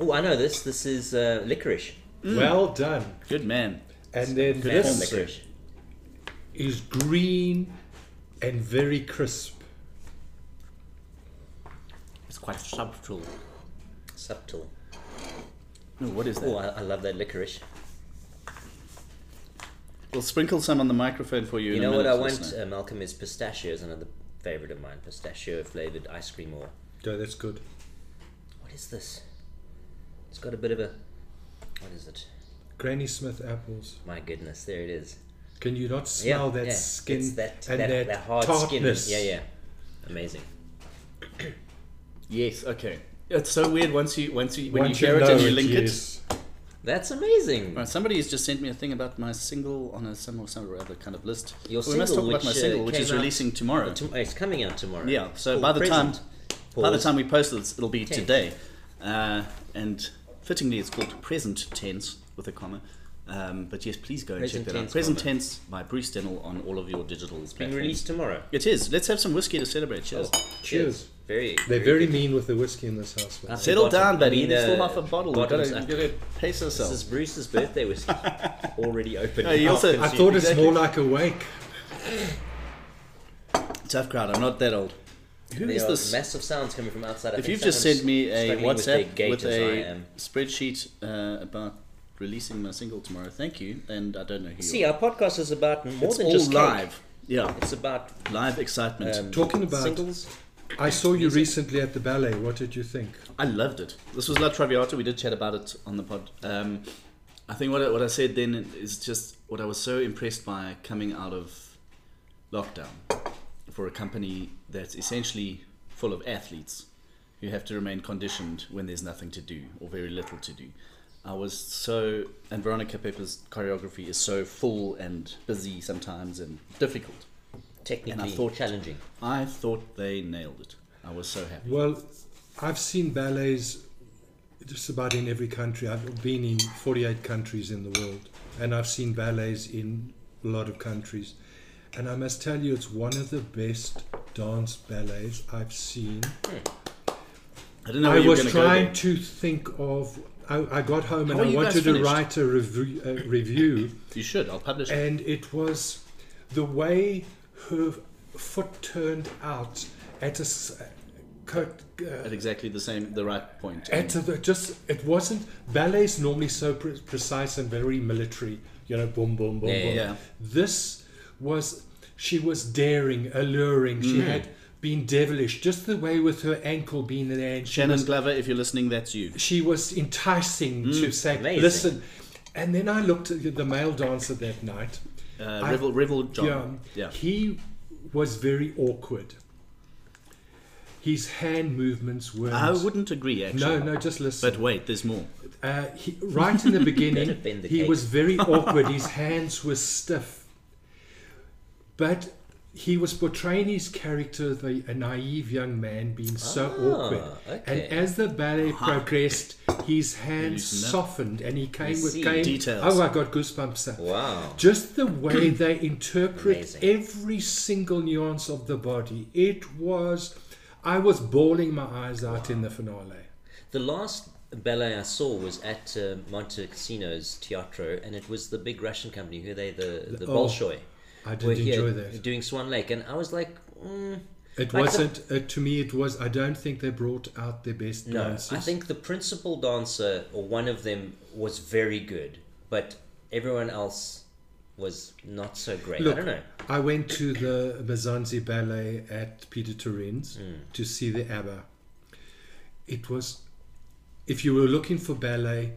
Speaker 4: Oh, I know this. This is uh, licorice.
Speaker 3: Well done.
Speaker 2: Good man.
Speaker 3: And then
Speaker 4: Fanta
Speaker 3: this
Speaker 4: licorice.
Speaker 3: is green and very crisp.
Speaker 2: It's quite subtle.
Speaker 4: Subtle.
Speaker 2: Oh, what is that?
Speaker 4: Oh, I, I love that licorice.
Speaker 2: We'll sprinkle some on the microphone for you.
Speaker 4: You
Speaker 2: in a
Speaker 4: know what I
Speaker 2: minute,
Speaker 4: want,
Speaker 2: listener.
Speaker 4: uh, Malcolm, is pistachios. Another favorite of mine. Pistachio flavored ice cream or
Speaker 3: No, that's good.
Speaker 4: what is this? It's got a bit of a. What is it?
Speaker 3: Granny Smith apples.
Speaker 4: My goodness, there it is.
Speaker 3: Can you not smell that skin
Speaker 4: It's that,
Speaker 3: and
Speaker 4: that,
Speaker 3: that,
Speaker 4: that hard
Speaker 3: tartness?
Speaker 4: skin. Yeah, yeah. Amazing.
Speaker 2: Yes. Okay. It's so weird once you once you when
Speaker 3: Once
Speaker 2: you hear it and
Speaker 3: know
Speaker 2: you link it.
Speaker 3: yes.
Speaker 4: That's amazing.
Speaker 2: Right, somebody has just sent me a thing about my single on a some or some or other kind of list.
Speaker 4: Your
Speaker 2: we must talk
Speaker 4: single,
Speaker 2: about my
Speaker 4: which, uh,
Speaker 2: single, which
Speaker 4: came
Speaker 2: is
Speaker 4: out-
Speaker 2: releasing tomorrow.
Speaker 4: Uh, tom- it's coming out tomorrow.
Speaker 2: yeah, so
Speaker 4: Or
Speaker 2: by the
Speaker 4: present.
Speaker 2: time by the
Speaker 4: Pause.
Speaker 2: time we post this, it'll be
Speaker 4: Tense.
Speaker 2: today. Uh, and fittingly, it's called Present Tense with a comma. Um, but yes, please go and
Speaker 4: Present
Speaker 2: check that out.
Speaker 4: tense,
Speaker 2: Present
Speaker 4: comma.
Speaker 2: Tense by Bruce Dennell on all of your digital
Speaker 4: being
Speaker 2: platforms.
Speaker 4: released tomorrow.
Speaker 2: It is. Let's have some whiskey to celebrate. Cheers.
Speaker 4: Oh,
Speaker 3: Cheers.
Speaker 4: Very.
Speaker 3: They're very mean with the whiskey in this house. man.
Speaker 4: That's
Speaker 2: Settle
Speaker 4: Bottom-
Speaker 2: down, buddy.
Speaker 4: I mean,
Speaker 2: Let's
Speaker 4: uh,
Speaker 2: form off a bottle. We've got
Speaker 4: bottoms
Speaker 2: to
Speaker 4: up.
Speaker 2: pace
Speaker 4: This
Speaker 2: ourselves.
Speaker 4: is Bruce's birthday whiskey. Already open.
Speaker 2: Oh, he also-
Speaker 3: I thought it's
Speaker 2: Exactly.
Speaker 3: more like a wake.
Speaker 2: Tough crowd. I'm not that old. Who
Speaker 4: There
Speaker 2: is
Speaker 4: are
Speaker 2: this?
Speaker 4: Massive sounds coming from outside. I
Speaker 2: If
Speaker 4: think
Speaker 2: you've just
Speaker 4: someone's
Speaker 2: sent me a
Speaker 4: struggling with their
Speaker 2: WhatsApp
Speaker 4: gauge
Speaker 2: with
Speaker 4: as I
Speaker 2: a
Speaker 4: am.
Speaker 2: spreadsheet uh, about releasing my single tomorrow, thank you. And I don't know who
Speaker 4: See,
Speaker 2: you are.
Speaker 4: our podcast is about more
Speaker 2: It's
Speaker 4: than
Speaker 2: all
Speaker 4: just cake.
Speaker 2: live. Yeah,
Speaker 4: It's about
Speaker 2: live excitement.
Speaker 4: um,
Speaker 3: Talking about-
Speaker 4: singles.
Speaker 3: I saw you recently at the ballet. What did you think?
Speaker 2: I loved it. This was La Traviata. We did chat about it on the pod. Um, I think what I, what I said then is just what I was so impressed by coming out of lockdown for a company that's essentially full of athletes who have to remain conditioned when there's nothing to do or very little to do. I was so, and Veronica Pepper's choreography is so full and busy sometimes and difficult.
Speaker 4: Technically
Speaker 2: thought-
Speaker 4: challenging.
Speaker 2: I thought they nailed it. I was so happy.
Speaker 3: Well, I've seen ballets just about in every country. I've been in 48 countries in the world, and I've seen ballets in a lot of countries. And I must tell you, it's one of the best dance ballets I've seen.
Speaker 2: I didn't know
Speaker 3: I
Speaker 2: where you were
Speaker 3: was
Speaker 2: going to go.
Speaker 3: trying
Speaker 2: there.
Speaker 3: to think of. I, I got home
Speaker 2: How are
Speaker 3: and I
Speaker 2: you
Speaker 3: wanted
Speaker 2: guys
Speaker 3: to
Speaker 2: finished?
Speaker 3: write a review, a review
Speaker 2: You should. I'll publish it.
Speaker 3: and it was the way her foot turned out at a s- co- uh,
Speaker 2: at exactly the same the right point.
Speaker 3: at a, just it wasn't ballet's normally so pre- precise and very military you know boom boom boom
Speaker 4: Yeah,
Speaker 3: boom
Speaker 2: yeah.
Speaker 3: this was she was daring alluring she
Speaker 2: Hmm.
Speaker 3: had been devilish just the way with her ankle being there and she
Speaker 2: Shannon
Speaker 3: was
Speaker 2: Glover, if you're listening, that's you.
Speaker 3: she was enticing to
Speaker 2: Hmm.
Speaker 3: say
Speaker 4: amazing.
Speaker 3: listen and then i looked at the male dancer that night
Speaker 2: Uh,
Speaker 3: I-
Speaker 2: Revel, Revel John.
Speaker 3: yeah.
Speaker 2: Yeah.
Speaker 3: He was very awkward. His hand movements were.
Speaker 2: I wouldn't agree, actually.
Speaker 3: No, no, just
Speaker 2: But
Speaker 3: listen.
Speaker 2: wait, there's more.
Speaker 3: uh, he, right in the beginning,
Speaker 4: Don't bend the
Speaker 3: he
Speaker 4: cake.
Speaker 3: was very awkward. His hands were stiff. But he was portraying his character, the a naive young man, being so awkward.
Speaker 4: Ah, okay.
Speaker 3: And as the ballet progressed, his hands
Speaker 2: Loosened up.
Speaker 3: softened, and he came with
Speaker 4: see.
Speaker 3: came.
Speaker 2: Details.
Speaker 3: Oh, I got goosebumps. sir.
Speaker 4: Wow.
Speaker 3: Just the way they interpret
Speaker 4: Amazing.
Speaker 3: every single nuance of the body. It was, I was bawling my eyes out in the finale.
Speaker 4: The last ballet I saw was at uh, Monte Cassino's Teatro, and it was the big Russian company. Who are they? The the
Speaker 3: oh,
Speaker 4: Bolshoi.
Speaker 3: I
Speaker 4: were
Speaker 3: did
Speaker 4: here
Speaker 3: enjoy that.
Speaker 4: doing Swan Lake, and I was like, mm,
Speaker 3: It
Speaker 4: Like the-
Speaker 3: wasn't uh, to me. It was. I don't think they brought out their best
Speaker 4: no.
Speaker 3: dances.
Speaker 4: I think the principal dancer or one of them was very good, but everyone else was not so great. I
Speaker 3: Look,
Speaker 4: don't know.
Speaker 3: I went to the Mazanzi Ballet at Peter Turin's
Speaker 4: Mm.
Speaker 3: to see the ABBA. It was, if you were looking for ballet,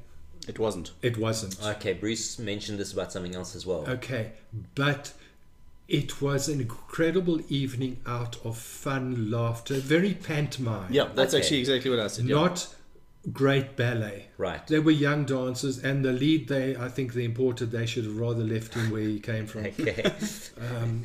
Speaker 2: It wasn't.
Speaker 3: it wasn't.
Speaker 4: Okay, Bruce mentioned this about something else as well.
Speaker 3: Okay, but it was an incredible evening out of fun, laughter, very pantomime.
Speaker 2: Yeah, that's
Speaker 4: Okay.
Speaker 2: actually exactly what I said. Yeah.
Speaker 3: Not great ballet.
Speaker 4: Right.
Speaker 3: They were young dancers, and the lead they, I think, they imported, they should have rather left him where he came from.
Speaker 4: Okay.
Speaker 3: um,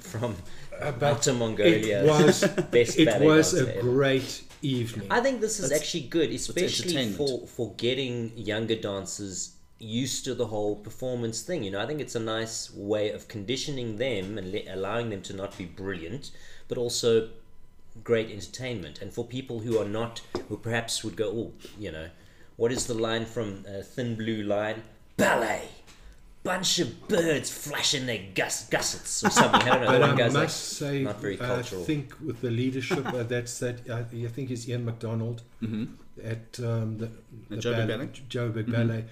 Speaker 4: From
Speaker 3: Uh, but
Speaker 4: Outer Mongolia.
Speaker 3: it was
Speaker 4: best
Speaker 3: it
Speaker 4: ballet
Speaker 3: was
Speaker 4: dancer
Speaker 3: a
Speaker 4: ever.
Speaker 3: great evening.
Speaker 4: I think this is actually good, especially
Speaker 2: entertainment.
Speaker 4: for for getting younger dancers used to the whole performance thing. You know, I think it's a nice way of conditioning them and le- allowing them to not be brilliant, but also great entertainment. And for people who are not, who perhaps would go, oh, you know, what is the line from uh, Thin Blue Line? Ballet. Bunch of birds flashing their gus- gussets or something. I don't know.
Speaker 3: But
Speaker 4: One
Speaker 3: I
Speaker 4: guy's
Speaker 3: must
Speaker 4: like,
Speaker 3: say,
Speaker 4: not very
Speaker 3: I
Speaker 4: cultural.
Speaker 3: think with the leadership, uh, that's that. I, I think it's Ian McDonald at um, the,
Speaker 2: Mm-hmm.
Speaker 3: the
Speaker 2: Joburg Ballet? Mm-hmm.
Speaker 3: Joburg Ballet.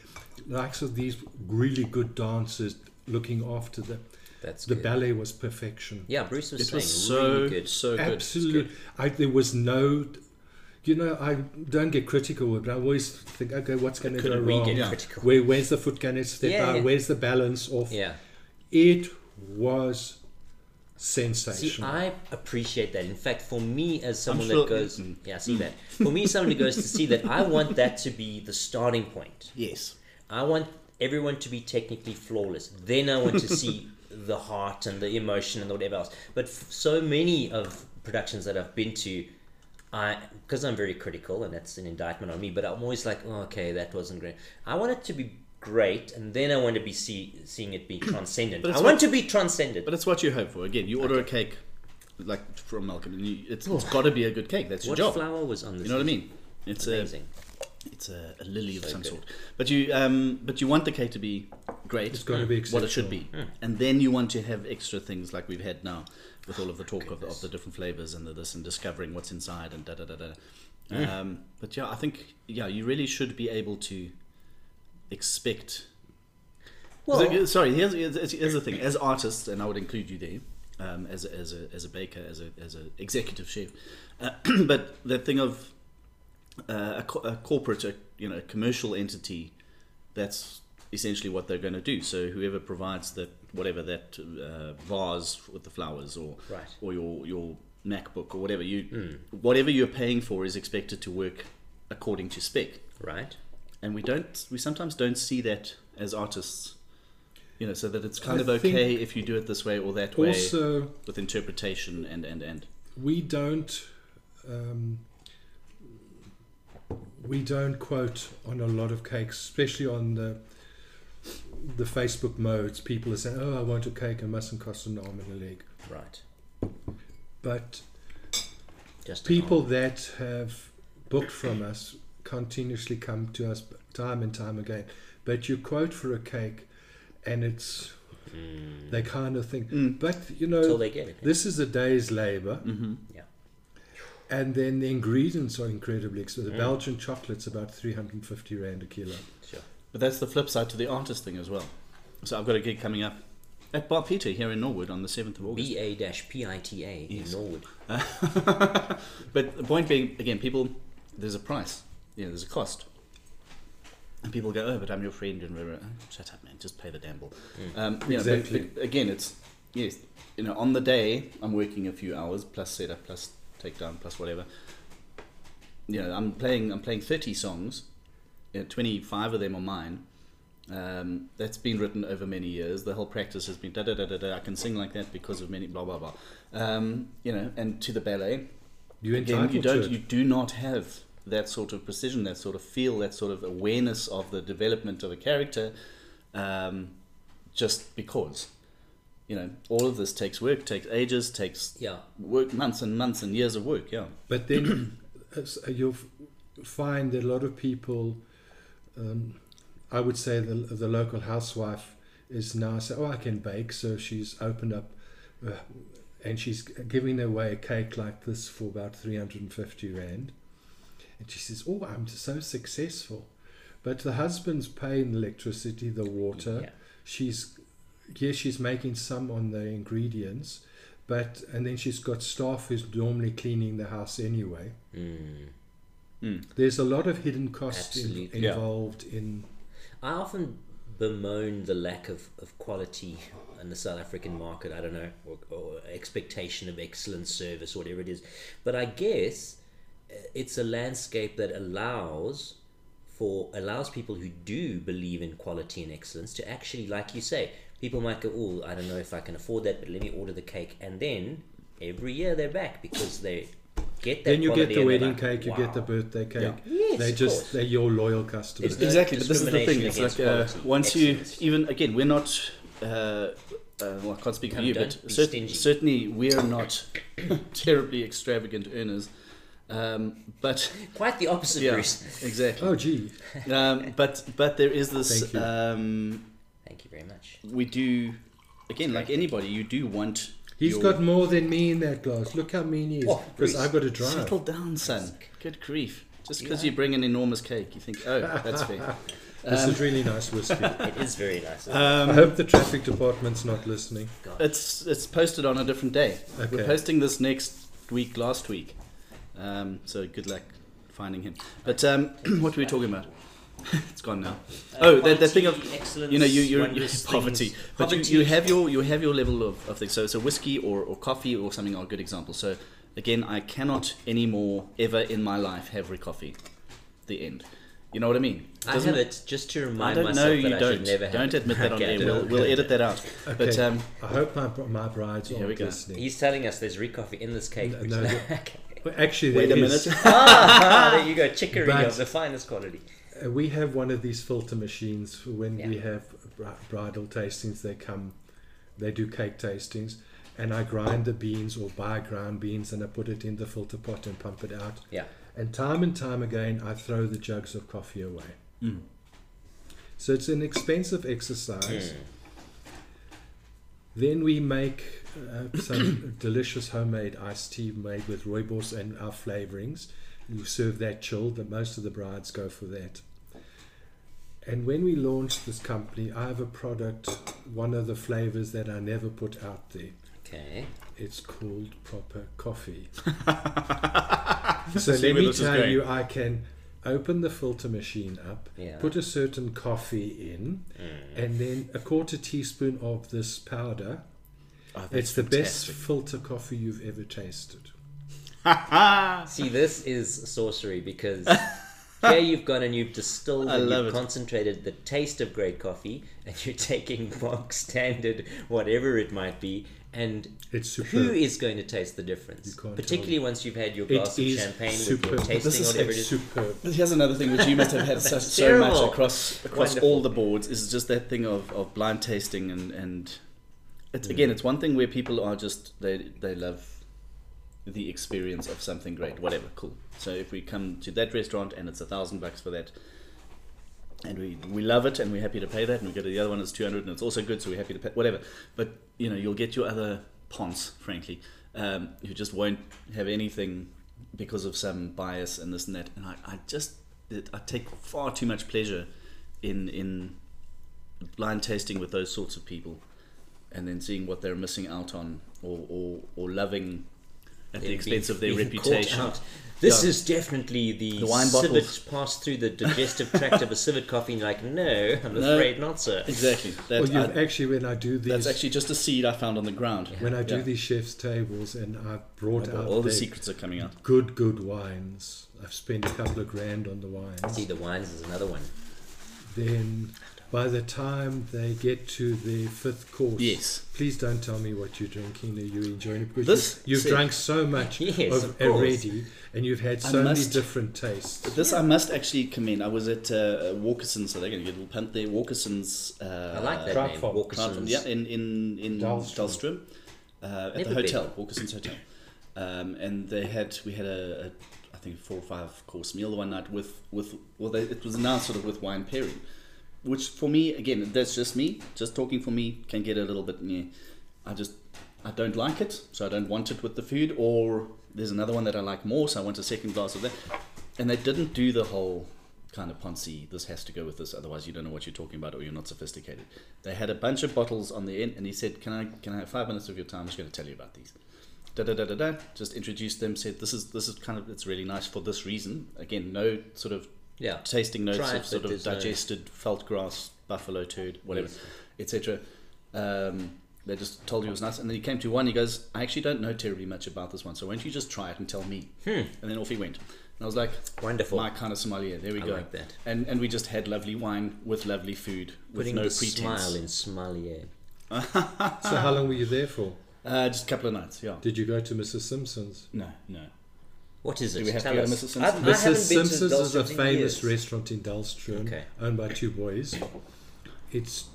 Speaker 3: Likes of these really good dancers looking after the
Speaker 4: That's
Speaker 3: the
Speaker 4: good.
Speaker 3: ballet was perfection.
Speaker 4: Yeah, Bruce was
Speaker 2: It
Speaker 4: saying
Speaker 2: was so
Speaker 4: really good.
Speaker 2: so good. It's
Speaker 3: Absolutely,
Speaker 2: good.
Speaker 3: I, there was no. You know, I don't get critical, but I always think, okay, what's going to go
Speaker 4: Couldn't we
Speaker 3: wrong?
Speaker 4: get
Speaker 2: Yeah.
Speaker 4: critical?
Speaker 3: Where, where's the foot going to step
Speaker 4: Yeah,
Speaker 3: out?
Speaker 4: yeah.
Speaker 3: Where's the balance off?
Speaker 4: Yeah.
Speaker 3: It was
Speaker 4: See,
Speaker 3: sensational.
Speaker 4: I appreciate that. In fact, for me as someone
Speaker 2: sure- mm-hmm. Mm.
Speaker 4: that goes, yeah, I see that. For me, someone who goes to see that, I want that to be the starting point.
Speaker 2: Yes.
Speaker 4: I want everyone to be technically flawless. Then I want to see the heart and the emotion and whatever else. But f- so many of productions that I've been to, I because I'm very critical and that's an indictment on me. But I'm always like, oh, okay, that wasn't great. I want it to be great, and then I want to be see, seeing it be transcendent.
Speaker 2: But
Speaker 4: I
Speaker 2: it's
Speaker 4: want
Speaker 2: what-
Speaker 4: to be transcendent.
Speaker 2: But it's what you hope for. Again, you order a cake, like from Malcolm, and you, it's, it's got to be a good cake. That's your
Speaker 4: Oh.
Speaker 2: job.
Speaker 4: What flower was on this?
Speaker 2: You know what I mean? It's a
Speaker 4: Amazing.
Speaker 2: it's a, a lily of
Speaker 4: So
Speaker 2: some
Speaker 4: good.
Speaker 2: sort. But you um but you want the cake to be great.
Speaker 3: It's gotta be
Speaker 2: what it should be, and then you want to have extra things like we've had now with all of the talk of, the, of the different flavors and the this and discovering what's inside and da da da da. Um, but yeah, I think yeah you really should be able to expect
Speaker 4: Well-
Speaker 2: so- sorry, here's, here's, here's the thing. As artists, and I would include you there, um, as, a, as, a, as a baker, as a, as a executive chef, uh, but the thing of uh, a, co- a corporate, a, you know, commercial entity, that's essentially what they're going to do. So whoever provides that, whatever that uh, vase with the flowers or
Speaker 4: Right. Hmm.
Speaker 2: or your, your MacBook or whatever, you whatever you're paying for is expected to work according to spec
Speaker 4: Right.
Speaker 2: and we don't we sometimes don't see that as artists you know so that it's kind
Speaker 3: I
Speaker 2: of okay
Speaker 3: think
Speaker 2: if you do it this way or that way
Speaker 3: also,
Speaker 2: with interpretation and and and
Speaker 3: we don't um, we don't quote on a lot of cakes, especially on the the Facebook modes. People are saying, "Oh, I want a cake. It mustn't cost an arm and a leg."
Speaker 4: Right.
Speaker 3: But
Speaker 4: Just
Speaker 3: people that have booked from us continuously come to us time and time again. But you quote for a cake, and it's they kind of think.
Speaker 2: Mm.
Speaker 3: But you know,
Speaker 4: until Hmm. they get it.
Speaker 3: This is a day's labor.
Speaker 2: Mm-hmm.
Speaker 4: Yeah.
Speaker 3: And then the ingredients are incredibly expensive. The
Speaker 4: Mm.
Speaker 3: Belgian chocolate's about 350 Rand a kilo.
Speaker 4: Sure.
Speaker 2: but that's the flip side to the artist thing as well so i've got a gig coming up at bar peter here in norwood on the 7th of august
Speaker 4: B A dash P I T A in Norwood.
Speaker 2: but the point being again people there's a price you know there's a cost and people go oh but i'm your friend and blah, blah, blah. shut up man just pay the damn bill um, you know, but-
Speaker 3: Exactly.
Speaker 2: but again it's yes you know on the day i'm working a few hours plus setup plus takedown plus whatever you know i'm playing i'm playing 30 songs you know, 25 of them are mine Um, that's been written over many years. The whole practice has been da da da da da. I can sing like that because of many blah blah blah. Um, you know, and to the ballet,
Speaker 3: You
Speaker 2: again,
Speaker 3: entitled
Speaker 2: you don't,
Speaker 3: to it.
Speaker 2: you do not have that sort of precision, that sort of feel, that sort of awareness of the development of a character, um, just because. You know, all of this takes work, takes ages, takes
Speaker 4: Yeah.
Speaker 2: work months and months and years of work. Yeah.
Speaker 3: But then as- uh, you'll f- find that a lot of people, um, I would say the, the local housewife is now say, oh, I can bake. So she's opened up uh, and she's giving away a cake like this for about 350 Rand. And she says, oh, I'm so successful. But the husband's paying the electricity, the water.
Speaker 4: Yeah.
Speaker 3: She's, yes, she's making some on the ingredients. But and then she's got staff who's normally cleaning the house anyway.
Speaker 4: Mm.
Speaker 3: There's a lot of hidden costs in-
Speaker 4: Absolutely.
Speaker 2: Yeah.
Speaker 3: involved in.
Speaker 4: I often bemoan the lack of, of quality in the South African market, I don't know, or, or expectation of excellent service, whatever it is. But I guess uh, it's a landscape that allows for allows people who do believe in quality and excellence to actually, like you say, people might go, "Oh, I don't know if I can afford that, but let me order the cake." And then every year they're back because they get that.
Speaker 3: Then you get
Speaker 4: quality
Speaker 3: the
Speaker 4: and they're
Speaker 3: wedding
Speaker 4: like,
Speaker 3: cake, you get the
Speaker 4: "Wow."
Speaker 3: birthday cake.
Speaker 4: Yes,
Speaker 3: they
Speaker 4: of
Speaker 3: just
Speaker 4: course.
Speaker 3: they're your loyal customers.
Speaker 4: It's the-
Speaker 2: exactly but this is the thing
Speaker 4: discrimination
Speaker 2: it's like uh,
Speaker 4: against quality,
Speaker 2: once you
Speaker 4: excellence.
Speaker 2: even again we're not uh, uh, well, I can't speak for
Speaker 4: Come,
Speaker 2: you
Speaker 4: don't
Speaker 2: but
Speaker 4: be
Speaker 2: cer-
Speaker 4: stingy.
Speaker 2: certainly we're not terribly extravagant earners um, but
Speaker 4: Quite the opposite,
Speaker 2: yeah
Speaker 4: Bruce.
Speaker 2: exactly
Speaker 3: oh gee,
Speaker 2: um, but but there is
Speaker 3: Thank
Speaker 2: this
Speaker 3: you.
Speaker 2: um,
Speaker 4: Thank you very much.
Speaker 2: we do again like anybody you do want
Speaker 3: he's
Speaker 2: your-
Speaker 3: got more than me in that glass. Look how mean he is.
Speaker 4: Oh,
Speaker 3: Because
Speaker 4: Bruce,
Speaker 3: I've got to drive.
Speaker 2: settle down son good grief just because
Speaker 4: Yeah.
Speaker 2: you bring an enormous cake you think oh that's fair
Speaker 3: This is really nice whiskey.
Speaker 4: It is very nice. isn't it?
Speaker 3: I hope the traffic department's not listening.
Speaker 2: It's it's posted on a different day.
Speaker 3: Okay.
Speaker 2: We're posting this next week, last week. Um, so good luck finding him. But um, what were we talking about? it's gone now. oh, that, that thing of
Speaker 4: Quality, Uh, excellence,
Speaker 2: you know you you're
Speaker 4: wondrous
Speaker 2: poverty,
Speaker 4: things.
Speaker 2: but
Speaker 4: Poverty.
Speaker 2: You, you have your you have your level of, of things. So so whiskey or, or coffee or something are good examples. So again, I cannot anymore ever in my life have re coffee. The end. You know what I mean?
Speaker 4: I
Speaker 2: Doesn't
Speaker 4: have it just to
Speaker 2: I
Speaker 4: remind
Speaker 2: don't
Speaker 4: myself
Speaker 2: know.
Speaker 4: that
Speaker 2: You
Speaker 4: I
Speaker 2: don't.
Speaker 4: should never have
Speaker 2: Don't
Speaker 4: it.
Speaker 2: admit that on
Speaker 4: Okay.
Speaker 2: air. We'll, we'll edit that out.
Speaker 3: Okay.
Speaker 2: But um,
Speaker 3: I hope my my brides
Speaker 2: Here
Speaker 3: aren't
Speaker 2: we go.
Speaker 3: listening.
Speaker 4: He's telling us there's Rick coffee in this cake.
Speaker 3: No,
Speaker 4: which-
Speaker 3: no, no.
Speaker 4: Okay.
Speaker 3: Well, actually,
Speaker 2: wait a
Speaker 3: there is.
Speaker 2: minute.
Speaker 4: ah, there you go. Chicory
Speaker 3: But-
Speaker 4: of the finest quality.
Speaker 3: Uh, we have one of these filter machines for when we
Speaker 4: Yeah.
Speaker 3: have bri- bridal tastings. They come, they do cake tastings, and I grind the beans or buy ground beans and I put it in the filter pot and pump it out.
Speaker 4: Yeah.
Speaker 3: And time and time again, I throw the jugs of coffee away. So it's an expensive exercise. Then we make uh, some delicious homemade iced tea made with rooibos and our flavorings. We serve that chilled, but most of the brides go for that. And when we launched this company, I have a product, one of the flavors that I never put out there.
Speaker 4: Okay.
Speaker 3: It's called proper coffee. so
Speaker 2: See
Speaker 3: let
Speaker 2: where
Speaker 3: me
Speaker 2: this is
Speaker 3: tell
Speaker 2: going.
Speaker 3: you, I can open the filter machine up,
Speaker 4: Yeah.
Speaker 3: put a certain coffee in, and then a quarter teaspoon of this powder. it's the best filter coffee you've ever tasted.
Speaker 2: Ah.
Speaker 4: See, this is sorcery because here you've got and you've distilled and
Speaker 2: love
Speaker 4: you've
Speaker 2: it.
Speaker 4: concentrated the taste of great coffee, and you're taking bog standard, whatever it might be, and
Speaker 3: It's
Speaker 4: who
Speaker 3: superb.
Speaker 4: is going to taste the difference?
Speaker 3: can't
Speaker 4: Particularly once you've had your glass
Speaker 3: It
Speaker 4: of
Speaker 3: is
Speaker 4: champagne with your
Speaker 3: superb.
Speaker 4: tasting
Speaker 3: This
Speaker 4: or
Speaker 3: is
Speaker 4: whatever it
Speaker 3: it's
Speaker 4: is.
Speaker 3: superb.
Speaker 2: Here's another thing which you must have had so, so
Speaker 4: terrible.
Speaker 2: much across across
Speaker 4: Wonderful.
Speaker 2: all the boards is just that thing of, of blind tasting and and it's again it's one thing where people are just they they love the experience of something great whatever cool so if we come to that restaurant and it's a thousand bucks for that and we we love it and we're happy to pay that and we go to the other one it's 200 and it's also good so we're happy to pay whatever but you know you'll get your other ponce frankly um, who just won't have anything because of some bias and this and that and I, I just it, I take far too much pleasure in in blind tasting with those sorts of people and then seeing what they're missing out on or or, or loving at the
Speaker 4: Being-
Speaker 2: expense of their
Speaker 4: being caught
Speaker 2: reputation
Speaker 4: out. This
Speaker 2: Yeah.
Speaker 4: is definitely the,
Speaker 2: The wine
Speaker 4: civet
Speaker 2: bottles.
Speaker 4: passed through the digestive tract of a civet coffee, and you're like, no, I'm
Speaker 2: No.
Speaker 4: afraid not, sir.
Speaker 2: exactly that,
Speaker 3: Well,
Speaker 2: I-
Speaker 3: you've actually, when I do
Speaker 2: that's
Speaker 3: these,
Speaker 2: actually just a seed I found on the ground
Speaker 3: when I do
Speaker 2: Yeah.
Speaker 3: these chefs' tables, and I've brought out
Speaker 2: Uh, all the
Speaker 3: that-
Speaker 2: secrets are coming out
Speaker 3: good, good wines. I've spent a couple of grand on the wines.
Speaker 4: See, the wines is another one.
Speaker 3: Then by the time they get to the fifth course,
Speaker 2: Yes.
Speaker 3: please don't tell me what you're drinking or you're enjoying it because
Speaker 2: This-
Speaker 3: you, have
Speaker 2: see-
Speaker 3: drunk so much
Speaker 4: Yes,
Speaker 3: of
Speaker 4: of course.
Speaker 3: already and you've had
Speaker 2: I
Speaker 3: so many
Speaker 2: must-
Speaker 3: different tastes.
Speaker 2: This I must actually commend. I was at uh, Walkerson's, so they're going to get a little punt there. Walkerson's. Uh,
Speaker 4: I like that
Speaker 3: Trout
Speaker 4: name,
Speaker 3: farm.
Speaker 2: Carlton,
Speaker 4: Walkerson's.
Speaker 2: yeah, in in in
Speaker 3: Dahlstrom.
Speaker 2: Dahlstrom, uh, at
Speaker 4: Never
Speaker 2: the hotel, Walkerson's Hotel, um, and they had we had a, a I think four or five course meal one night with with well they, it was now sort of with wine pairing, which for me again that's just me just talking for me can get a little bit yeah, I just I don't like it so I don't want it with the food or there's another one that I like more so I want a second glass of that, and they didn't do the whole kind of poncy this has to go with this otherwise you don't know what you're talking about or you're not sophisticated they had a bunch of bottles on the end and he said can i can i have five minutes of your time i'm just going to tell you about these da da da da da just introduced them said this is this is kind of it's really nice for this reason again no sort of
Speaker 4: Yeah.
Speaker 2: tasting notes
Speaker 4: Try it,
Speaker 2: of
Speaker 4: but
Speaker 2: sort of
Speaker 4: there's no-
Speaker 2: digested felt grass buffalo turd whatever etc um they just told you it was nice, and then he came to one. He goes, "I actually don't know terribly much about this one, so why don't you just try it and tell me?" And then off he went. And I was like,
Speaker 4: Hmm. Wonderful.
Speaker 2: my kind of sommelier. There we
Speaker 4: I
Speaker 2: go.
Speaker 4: like that.
Speaker 2: And and we just had lovely wine with lovely food with
Speaker 4: Putting
Speaker 2: no
Speaker 4: the
Speaker 2: pretense.
Speaker 4: smile in sommelier.
Speaker 3: So
Speaker 2: Ah.
Speaker 3: how long were you there for?
Speaker 2: Uh, just a couple of nights. Yeah.
Speaker 3: Did you go to Mrs. Simpson's?
Speaker 2: no, no.
Speaker 4: What is it?
Speaker 2: we have to
Speaker 4: Tell
Speaker 2: go to
Speaker 4: us.
Speaker 2: Mrs. Simpson?
Speaker 4: I- I haven't
Speaker 3: Mrs.
Speaker 4: been to
Speaker 3: Simpson's is a
Speaker 4: Dulcet in
Speaker 3: famous
Speaker 4: years.
Speaker 3: restaurant in Dahlstrom,
Speaker 4: Okay.
Speaker 3: owned by two boys. It's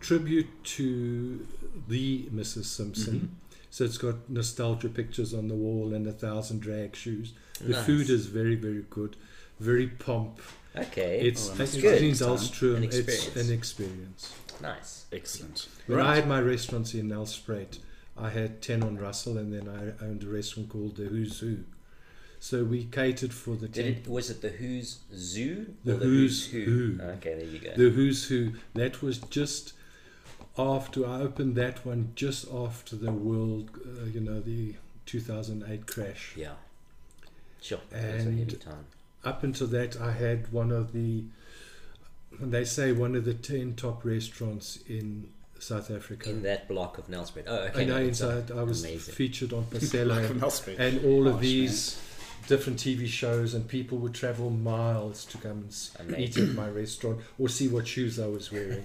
Speaker 3: tribute to the Mrs. Simpson.
Speaker 4: Mm-hmm.
Speaker 3: So it's got nostalgia pictures on the wall and a thousand drag shoes. The
Speaker 4: Nice.
Speaker 3: food is very, very good, very pomp.
Speaker 4: Okay. Oh,
Speaker 3: It's,
Speaker 2: well,
Speaker 3: it's
Speaker 2: that's
Speaker 4: good.
Speaker 3: in
Speaker 2: Next time.
Speaker 3: Dahlstrom.
Speaker 4: An
Speaker 3: It's
Speaker 4: experience.
Speaker 3: an experience.
Speaker 4: nice.
Speaker 2: Excellent.
Speaker 3: When I
Speaker 2: Right.
Speaker 3: had my restaurants in Nelspruit, I had 10 on Russell and then I owned a restaurant called the Who's Who. So we catered for the 10.
Speaker 4: Did it, was it the Who's Zoo?
Speaker 3: The
Speaker 4: or
Speaker 3: Who's Who.
Speaker 4: Okay, there you go.
Speaker 3: The Who's Who. That was just after I opened that one, just after the world, uh, you know, the 2008 crash.
Speaker 4: yeah. Sure. That was a
Speaker 3: And-
Speaker 4: heavy time.
Speaker 3: Up until that, I had one of the, they say one of the 10 top restaurants in South Africa.
Speaker 4: In that block of Nelspruit. Oh, okay.
Speaker 3: I know
Speaker 4: no, it's
Speaker 3: inside, I was
Speaker 4: amazing.
Speaker 3: featured on Pacella.
Speaker 2: From
Speaker 4: uh,
Speaker 2: Nelspruit.
Speaker 3: and all of
Speaker 2: Gosh,
Speaker 3: these different TV shows, and people would travel miles to come and s eat at my restaurant or see what shoes I was wearing.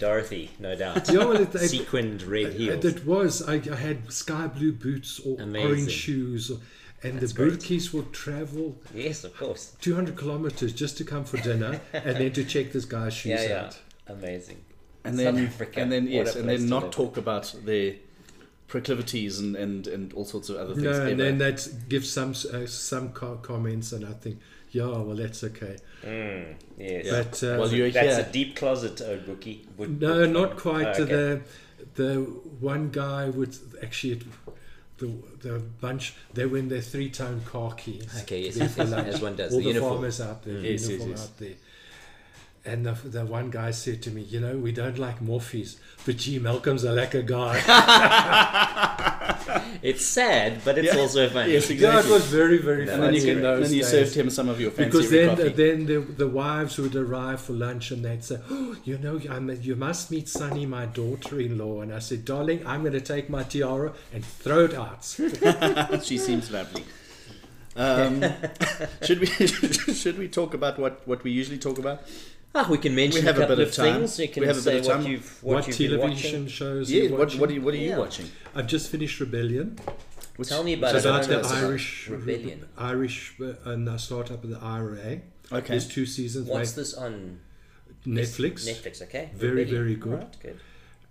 Speaker 4: Dorothy, no doubt.
Speaker 3: You know what it- it-
Speaker 4: Sequined red heels.
Speaker 3: And it was I, I had sky blue boots or
Speaker 4: Amazing.
Speaker 3: orange shoes, or, and the
Speaker 4: great.
Speaker 3: Burkis would travel
Speaker 4: yes, of course.
Speaker 3: 200 kilometers just to come for dinner and then to check this guy's shoes
Speaker 4: Yeah, yeah.
Speaker 3: out.
Speaker 4: Amazing.
Speaker 2: and
Speaker 4: South
Speaker 2: then
Speaker 4: Africa,
Speaker 2: and then
Speaker 4: what
Speaker 2: yes,
Speaker 4: a
Speaker 2: and
Speaker 4: place
Speaker 2: then
Speaker 4: to
Speaker 2: not
Speaker 4: live.
Speaker 2: talk about their proclivities and and and all sorts of other things.
Speaker 3: No, and
Speaker 2: ever.
Speaker 3: then that gives some s- uh, some co- comments, and I think, yeah, well, that's okay.
Speaker 4: Yes.
Speaker 3: But uh,
Speaker 2: Well, you're
Speaker 4: That's
Speaker 2: here.
Speaker 4: a deep closet, old bookie. Would-
Speaker 3: No,
Speaker 4: would-
Speaker 3: not quite.
Speaker 4: Oh, okay.
Speaker 3: The the one guy with actually it, the the bunch they were in their three tone khakis.
Speaker 4: Okay, yes,
Speaker 3: They're
Speaker 4: yes,
Speaker 3: for
Speaker 4: yes,
Speaker 3: lunch.
Speaker 4: as one does,
Speaker 3: All
Speaker 4: the
Speaker 3: the,
Speaker 4: uniform.
Speaker 3: farmers out there, the
Speaker 2: Mm. Yes, yes,
Speaker 3: uniform
Speaker 2: yes.
Speaker 3: out there. And the, the one guy said to me, you know, we don't like Morpheus, but gee, Malcolm's a lacquer guy.
Speaker 4: It's sad, but it's
Speaker 2: Yeah.
Speaker 4: also funny.
Speaker 2: Yes,
Speaker 3: yeah, it
Speaker 2: exactly.
Speaker 3: was very, very
Speaker 2: and
Speaker 3: funny
Speaker 2: then you
Speaker 3: in
Speaker 2: can,
Speaker 3: those
Speaker 2: then you
Speaker 3: days.
Speaker 2: served him some of your fancy
Speaker 3: because then,
Speaker 2: coffee.
Speaker 3: then the, the wives would arrive for lunch and they'd say, oh, you know, i you must meet Sunny, my daughter-in-law. And I said, darling, I'm going to take my tiara and throw it out.
Speaker 2: she seems lovely. Um, should we should we talk about what, what we usually talk about?
Speaker 4: Ah, we can mention
Speaker 2: We have
Speaker 4: a
Speaker 2: a
Speaker 4: couple
Speaker 2: bit of
Speaker 4: of
Speaker 2: time.
Speaker 4: things. You can
Speaker 2: We have a
Speaker 4: say
Speaker 2: bit of
Speaker 4: what
Speaker 2: time.
Speaker 4: you've what,
Speaker 3: What,
Speaker 4: you've been
Speaker 3: television
Speaker 4: watching.
Speaker 3: shows?
Speaker 2: Yeah,
Speaker 3: you
Speaker 2: what what are
Speaker 3: watching?
Speaker 2: you, what are you
Speaker 4: Yeah.
Speaker 2: watching?
Speaker 3: I've just finished Rebellion.
Speaker 2: Which-
Speaker 4: Tell me about
Speaker 3: So
Speaker 4: it. I
Speaker 3: about
Speaker 4: don't know
Speaker 3: the
Speaker 4: this
Speaker 3: Irish
Speaker 4: rebellion.
Speaker 3: Irish uh, and the startup of the IRA.
Speaker 2: Okay.
Speaker 3: There's two seasons. mate.
Speaker 4: What's this on
Speaker 3: Netflix.
Speaker 4: Netflix? Okay.
Speaker 3: Very,
Speaker 4: Rebellion.
Speaker 3: very good.
Speaker 4: Alright, good.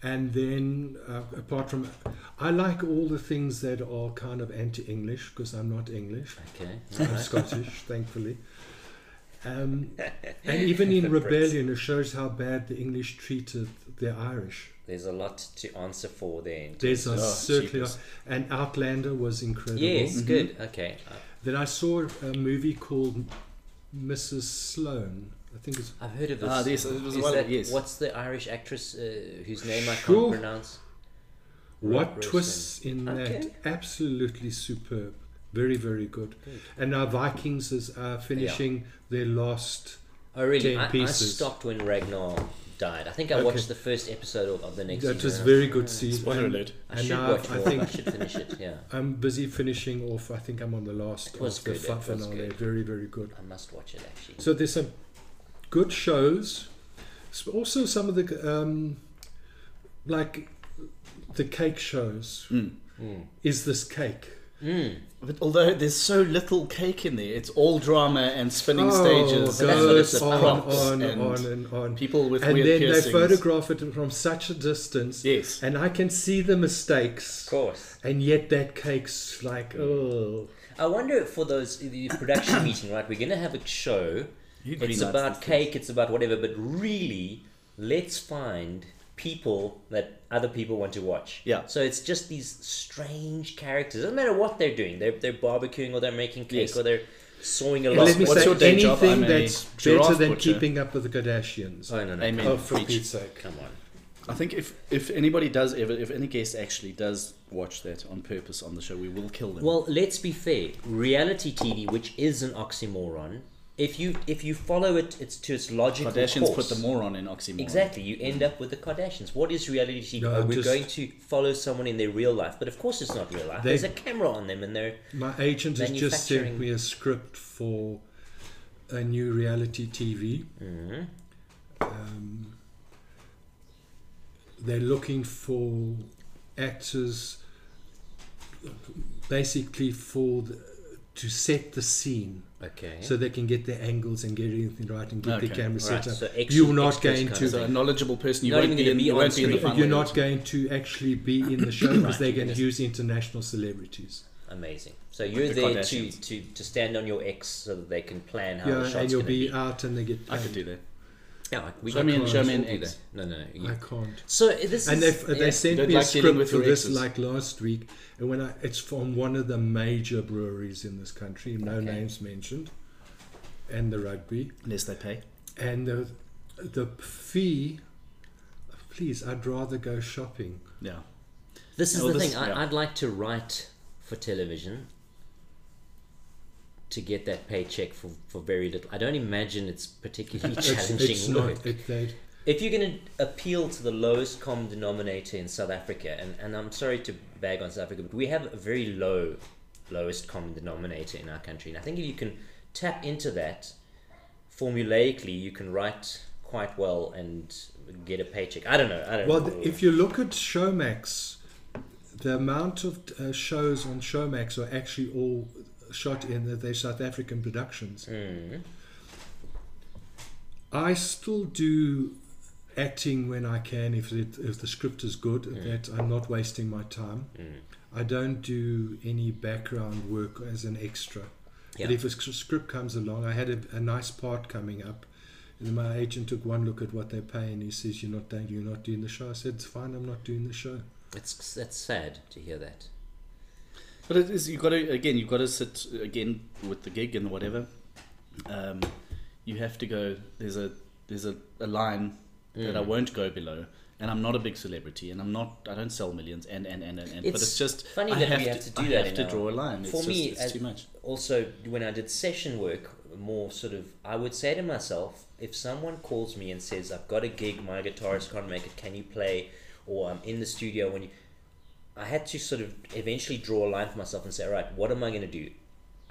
Speaker 3: And then, uh, apart from, I like all the things that are kind of anti-English because I'm not English.
Speaker 4: Okay.
Speaker 3: I'm Scottish, thankfully. Um, and even in Rebellion, it shows how bad the English treated the Irish.
Speaker 4: There's a lot to answer for there. in
Speaker 3: There's
Speaker 4: terms
Speaker 3: a
Speaker 4: of-
Speaker 3: certainly,
Speaker 2: jeepers.
Speaker 3: and Outlander was incredible.
Speaker 4: Yes,
Speaker 2: Mm-hmm.
Speaker 4: good. Okay. Uh,
Speaker 3: Then I saw a movie called Mrs. Sloane. I think it's
Speaker 4: I've heard of this.
Speaker 2: Ah, this- it was
Speaker 4: Is
Speaker 2: one-
Speaker 4: that-
Speaker 2: yes.
Speaker 4: What's the Irish actress uh, whose name I
Speaker 3: Sure.
Speaker 4: can't pronounce?
Speaker 3: What
Speaker 4: Rosen.
Speaker 3: twists in that?
Speaker 4: Okay.
Speaker 3: Absolutely superb. Very, very good. And now Vikings is uh, finishing their last.
Speaker 4: Oh, really?
Speaker 3: Ten
Speaker 4: I, I
Speaker 3: Pieces.
Speaker 4: stopped when Ragnar died. I think I
Speaker 3: Okay.
Speaker 4: watched the first episode of, of the next
Speaker 3: That
Speaker 4: season.
Speaker 3: was very good season.
Speaker 2: Spoiler alert.
Speaker 4: I
Speaker 3: And
Speaker 4: should
Speaker 3: now I
Speaker 4: watch more. I
Speaker 3: think
Speaker 4: should finish it. Yeah,
Speaker 3: I'm busy finishing off. I think I'm on the last
Speaker 4: It was
Speaker 3: of the
Speaker 4: good,
Speaker 3: fi-
Speaker 4: it was
Speaker 3: finale.
Speaker 4: good.
Speaker 3: Very, very good.
Speaker 4: I must watch it actually.
Speaker 3: So there's some good shows. S- Also, some of the um, like the cake shows.
Speaker 2: Hmm.
Speaker 3: Is this cake?
Speaker 2: But although there's so little cake in there, it's all drama and spinning stages
Speaker 3: Oh,
Speaker 2: and lots
Speaker 3: goes
Speaker 2: of
Speaker 3: on,
Speaker 2: props
Speaker 3: on,
Speaker 2: and
Speaker 3: on and on.
Speaker 2: people with
Speaker 3: and
Speaker 2: weird
Speaker 3: then
Speaker 2: piercings.
Speaker 3: they photograph it from such a distance.
Speaker 2: Yes.
Speaker 3: And I can see the mistakes.
Speaker 4: Of course.
Speaker 3: And yet that cake's like, oh.
Speaker 4: I wonder if for those the production meeting, right? We're gonna have a show.
Speaker 2: You'd green
Speaker 4: it's
Speaker 2: light
Speaker 4: about
Speaker 2: these things.
Speaker 4: cake. It's about whatever. But really, let's find people that other people want to watch.
Speaker 2: Yeah.
Speaker 4: So it's just these strange characters. Doesn't matter what they're doing. They're they're barbecuing or they're making cake
Speaker 2: Yes.
Speaker 4: or they're sawing a
Speaker 3: And
Speaker 4: log.
Speaker 3: let me
Speaker 2: what's
Speaker 3: say,
Speaker 2: your day job? I'm
Speaker 3: anything
Speaker 2: a
Speaker 3: that's better
Speaker 2: giraffe
Speaker 3: than
Speaker 2: butcher.
Speaker 3: keeping up with the Kardashians.
Speaker 4: Oh no no!
Speaker 2: Amen.
Speaker 3: Oh, for
Speaker 2: Preach.
Speaker 3: Pete's sake.
Speaker 4: Come on.
Speaker 2: I think if if anybody does ever, if any guest actually does watch that on purpose on the show, we will kill them.
Speaker 4: Well, let's be fair. Reality TV, which is an oxymoron, if you if you follow it, it's to its logical
Speaker 2: Kardashians put
Speaker 4: course.
Speaker 2: the moron in oxymoron.
Speaker 4: Exactly, you end up with the Kardashians. What is reality TV?
Speaker 3: No,
Speaker 4: Oh,
Speaker 3: I'm
Speaker 4: We're
Speaker 3: just-
Speaker 4: going to follow someone in their real life, but of course it's not real life.
Speaker 3: They-
Speaker 4: There's a camera on them, and they're
Speaker 3: My agent has just sent
Speaker 4: Manufacturing.
Speaker 3: me a script for a new reality TV.
Speaker 2: Mm-hmm.
Speaker 3: Um, they're looking for actors basically for the, to set the scene
Speaker 4: okay.
Speaker 3: so they can get their angles and get everything right and get
Speaker 2: Okay,
Speaker 3: their camera
Speaker 4: right,
Speaker 3: set up.
Speaker 4: so extra-
Speaker 3: You're not
Speaker 4: extras
Speaker 3: going
Speaker 4: kind
Speaker 3: to
Speaker 4: of
Speaker 2: So a knowledgeable person, you
Speaker 4: Not
Speaker 2: won't
Speaker 4: even
Speaker 2: be
Speaker 4: gonna
Speaker 2: in,
Speaker 4: be
Speaker 2: you
Speaker 4: on
Speaker 2: won't be in the
Speaker 4: screen.
Speaker 2: fun.
Speaker 3: you're
Speaker 2: later.
Speaker 3: not going to actually be in the show because
Speaker 4: Right, Oh,
Speaker 3: they're
Speaker 4: you
Speaker 3: going to use
Speaker 4: just-
Speaker 3: international celebrities.
Speaker 4: amazing. So you're
Speaker 2: The
Speaker 4: there to,
Speaker 2: Kardashians.
Speaker 4: to to stand on your ex so that they can plan how the
Speaker 3: Yeah, and
Speaker 4: shot's
Speaker 3: you'll
Speaker 4: going to
Speaker 3: be uh,
Speaker 4: be.
Speaker 3: out and they get.
Speaker 2: I
Speaker 3: paid.
Speaker 2: could do that.
Speaker 4: Yeah, we
Speaker 2: Show me,
Speaker 4: can't
Speaker 2: an, show me an
Speaker 4: do
Speaker 2: eggs.
Speaker 4: that. No, no, no. you-
Speaker 3: I can't.
Speaker 4: So this
Speaker 3: And they
Speaker 4: is
Speaker 3: they
Speaker 4: yeah.
Speaker 3: sent
Speaker 2: Don't
Speaker 3: me a
Speaker 2: like dealing
Speaker 3: script
Speaker 2: with
Speaker 3: for
Speaker 2: your
Speaker 3: this
Speaker 2: exes.
Speaker 3: like last week, and when I it's from one of the major breweries in this country, no
Speaker 4: Okay.
Speaker 3: names mentioned, and the rugby
Speaker 2: Unless they pay.
Speaker 3: and the the fee. Please, I'd rather go shopping.
Speaker 2: Yeah.
Speaker 4: This is
Speaker 3: Oh,
Speaker 2: Well,
Speaker 4: the
Speaker 2: this-
Speaker 4: thing. I,
Speaker 2: yeah.
Speaker 4: I'd like to write for television to get that paycheck for, for very little. I don't imagine it's particularly
Speaker 3: It's,
Speaker 4: challenging
Speaker 3: it's
Speaker 4: work.
Speaker 3: not. It, they,
Speaker 4: If you're going to appeal to the lowest common denominator in South Africa, and, and I'm sorry to bag on South Africa, but we have a very low lowest common denominator in our country. And I think if you can tap into that formulaically, you can write quite well and get a paycheck. I don't know. I don't
Speaker 3: Well,
Speaker 4: know.
Speaker 3: th- if you look at Showmax, the amount of uh, shows on Showmax are actually all shot in the, their South African productions.
Speaker 4: Mm.
Speaker 3: I still do acting when I can if it, if the script is good.
Speaker 4: Mm.
Speaker 3: That I'm not wasting my time. I don't do any background work as an extra.
Speaker 4: Yeah.
Speaker 3: But if a sc- script comes along, I had a, a nice part coming up, and my agent took one look at what they pay and he says, "You're not doing, you're not doing the show." I said, "It's fine, I'm not doing the show."
Speaker 4: it's, that's sad to hear that.
Speaker 2: But it is, you've got to, again, you've got to sit, again, with the gig and whatever. Um, you have to go, there's a, there's a, a line that I won't go below. And I'm not a big celebrity, and I'm not. I don't sell millions, and and and and. and. but
Speaker 4: It's
Speaker 2: it's just
Speaker 4: funny
Speaker 2: I
Speaker 4: that
Speaker 2: have
Speaker 4: we have to do
Speaker 2: I
Speaker 4: that
Speaker 2: have
Speaker 4: in
Speaker 2: to draw a line. It's
Speaker 4: For
Speaker 2: just,
Speaker 4: me,
Speaker 2: it's
Speaker 4: as-
Speaker 2: too much.
Speaker 4: also when I did session work, more sort of, I would say to myself, if someone calls me and says, "I've got a gig, my guitarist can't make it, can you play?" or "I'm in the studio," when you, I had to sort of eventually draw a line for myself and say, "All right, what am I going to do?"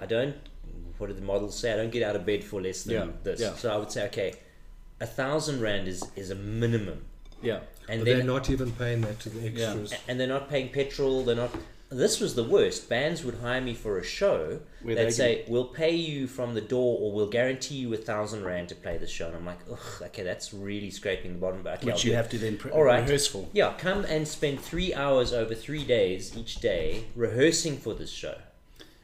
Speaker 4: I don't. What do the models say? I don't get out of bed for less than
Speaker 2: Yeah,
Speaker 4: this.
Speaker 2: yeah.
Speaker 4: So I would say, okay, a thousand rand is is a minimum,
Speaker 2: Yeah,
Speaker 4: and
Speaker 3: but
Speaker 4: then
Speaker 3: they're not even paying that to the extras.
Speaker 4: a- and they're not paying petrol. They're not. This was the worst. Bands would hire me for a show.
Speaker 2: Where they
Speaker 4: They'd say, "We'll pay you from the door, or we'll guarantee you a thousand rand to play the show." And I'm like, "Ugh, okay, that's really scraping the bottom." But okay,
Speaker 2: which
Speaker 4: I'll
Speaker 2: you
Speaker 4: do it."
Speaker 2: have to then pre-
Speaker 4: All right.
Speaker 2: rehearse for.
Speaker 4: Yeah, come and spend three hours over three days each day rehearsing for this show.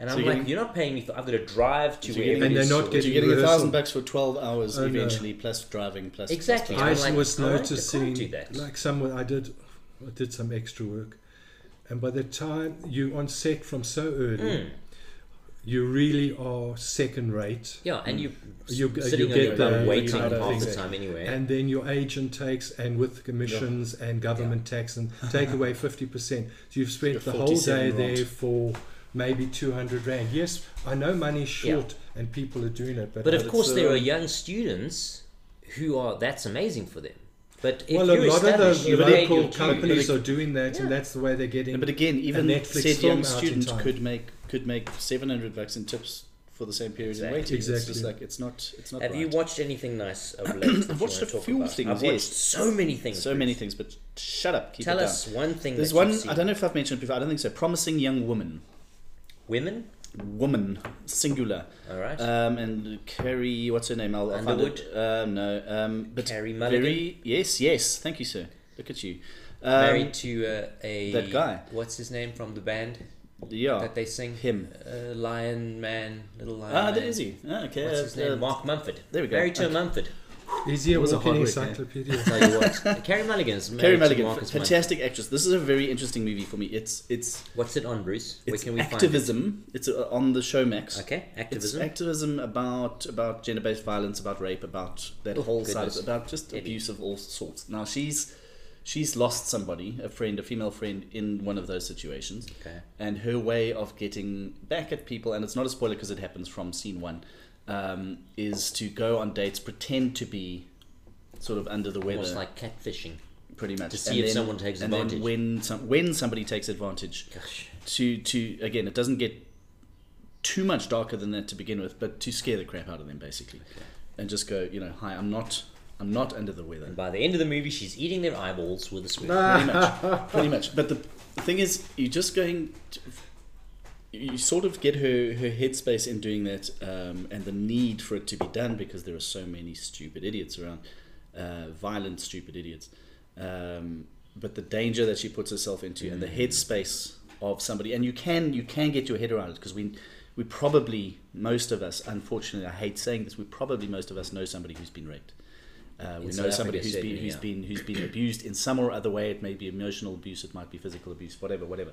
Speaker 4: And
Speaker 2: So
Speaker 4: I'm
Speaker 2: you're
Speaker 4: like,
Speaker 2: getting-
Speaker 4: "You're not paying me for. I've got to drive
Speaker 2: So
Speaker 4: to
Speaker 2: you're
Speaker 4: wherever."
Speaker 2: getting-
Speaker 4: it
Speaker 3: And
Speaker 4: is
Speaker 3: they're not
Speaker 4: to-
Speaker 3: getting
Speaker 2: So you're getting a
Speaker 3: rehearsal.
Speaker 2: thousand bucks for twelve hours
Speaker 3: Oh, no.
Speaker 2: eventually, plus driving, plus
Speaker 4: Exactly.
Speaker 2: Plus
Speaker 3: I
Speaker 4: I'm like,
Speaker 3: was
Speaker 4: I want to- I can't
Speaker 3: noticing,
Speaker 4: do that.
Speaker 3: like someone I did, I did some extra work, and by the time you on set from so early,
Speaker 4: Hmm.
Speaker 3: you really are second rate.
Speaker 4: yeah, and you
Speaker 3: You-
Speaker 4: are
Speaker 3: you
Speaker 4: sitting on
Speaker 3: get
Speaker 4: your
Speaker 3: the-
Speaker 4: bum
Speaker 3: the
Speaker 4: waiting
Speaker 3: kind of
Speaker 4: half the
Speaker 3: things.
Speaker 4: time anyway.
Speaker 3: And then your agent takes, and with commissions and government tax, and take away 50%. So you've spent
Speaker 2: Your
Speaker 3: the whole day
Speaker 2: 47 rand.
Speaker 3: there for maybe 200 Rand. Yes, I know money's short and people are doing it, but,
Speaker 4: But of
Speaker 2: it's,
Speaker 4: course, there
Speaker 2: um,
Speaker 4: are young students who are that's amazing for them. But if
Speaker 3: well, a
Speaker 4: you're
Speaker 3: lot of
Speaker 4: established,
Speaker 3: those
Speaker 4: you pay your
Speaker 3: local
Speaker 4: dues.
Speaker 3: companies
Speaker 2: but
Speaker 3: are doing that, and that's the way they're getting.
Speaker 2: But again, even
Speaker 3: Netflix
Speaker 2: said
Speaker 3: film
Speaker 2: young
Speaker 3: out in
Speaker 2: student
Speaker 3: time.
Speaker 2: could make could make seven hundred bucks in tips for the same period
Speaker 4: Exactly.
Speaker 2: in waiting. It's just
Speaker 3: Exactly.
Speaker 2: like it's not. It's not.
Speaker 4: Have you
Speaker 2: right.
Speaker 4: watched anything nice of late? that you
Speaker 2: watched
Speaker 4: wanna
Speaker 2: a
Speaker 4: talk
Speaker 2: few
Speaker 4: about?
Speaker 2: things,
Speaker 4: I've watched
Speaker 2: yes.
Speaker 4: so many things.
Speaker 2: so many things? But shut up. Keep
Speaker 4: Tell
Speaker 2: it
Speaker 4: us
Speaker 2: down.
Speaker 4: one thing.
Speaker 2: There's
Speaker 4: that
Speaker 2: one.
Speaker 4: You've seen.
Speaker 2: I don't know if I've mentioned it before. I don't think so. Promising young woman.
Speaker 4: Women.
Speaker 2: Woman. Singular.
Speaker 4: All right.
Speaker 2: Um, and Carrie, what's her name? I'll, I'll find
Speaker 4: Underwood?
Speaker 2: it. Um, no. Um, but
Speaker 4: Carrie Mulligan.
Speaker 2: very. Yes. Yes. Thank you, sir. Look at you. Um,
Speaker 4: Married to uh, a
Speaker 2: that guy.
Speaker 4: What's his name from the band
Speaker 2: Yeah.
Speaker 4: that they sing?
Speaker 2: Him.
Speaker 4: Uh, Lion Man, little Lion.
Speaker 2: Ah,
Speaker 4: man.
Speaker 2: there is he. Ah, okay.
Speaker 4: Uh, What's
Speaker 2: uh,
Speaker 4: his name?
Speaker 2: uh,
Speaker 4: Mark Mumford.
Speaker 2: there we go.
Speaker 4: Married to a
Speaker 2: Okay.
Speaker 4: Mumford.
Speaker 3: Is he a
Speaker 2: It was a
Speaker 3: walking
Speaker 2: hard work, yeah.
Speaker 3: encyclopedia?
Speaker 4: Tell you what. Carrie Mulligan's married
Speaker 2: Carrie
Speaker 4: to
Speaker 2: Mulligan,
Speaker 4: Marcus Mumford.
Speaker 2: fantastic actress. This is a very interesting movie for me. It's it's
Speaker 4: What's it on, Bruce? Where
Speaker 2: it's
Speaker 4: can we
Speaker 2: activism. It's uh, on the Showmax.
Speaker 4: find it? Okay, activism.
Speaker 2: It's activism about about gender-based violence, about rape, about that
Speaker 4: Oh,
Speaker 2: whole side of
Speaker 4: goodness.
Speaker 2: about just
Speaker 4: Heavy.
Speaker 2: abuse of all sorts. Now she's she's lost somebody, a friend, a female friend, in one of those situations,
Speaker 4: okay.
Speaker 2: and her way of getting back at people, and it's not a spoiler because it happens from scene one, um, is to go on dates, pretend to be sort of under the weather
Speaker 4: Almost like catfishing.
Speaker 2: pretty much
Speaker 4: To see if someone takes
Speaker 2: and
Speaker 4: advantage.
Speaker 2: Then when some, when somebody takes advantage,
Speaker 4: Gosh.
Speaker 2: to to again, it doesn't get too much darker than that to begin with, but to scare the crap out of them basically, and just go, you know, hi, I'm not, I'm not under the weather.
Speaker 4: And by the end of the movie, she's eating their eyeballs with a spoon.
Speaker 2: Pretty much, pretty much. But the thing is, you're just going. To, you sort of get her her headspace in doing that, um, and the need for it to be done because there are so many stupid idiots around, uh, violent stupid idiots. Um, but the danger that she puts herself into, and the headspace of somebody, and you can you can get your head around it because we we probably most of us, unfortunately, I hate saying this, we probably most of us know somebody who's been raped. Uh, we
Speaker 4: In
Speaker 2: know
Speaker 4: South
Speaker 2: somebody
Speaker 4: Africa,
Speaker 2: who's been,
Speaker 4: certainly,
Speaker 2: who's
Speaker 4: yeah.
Speaker 2: been who's been abused in some or other way. It may be emotional abuse, it might be physical abuse, whatever, whatever.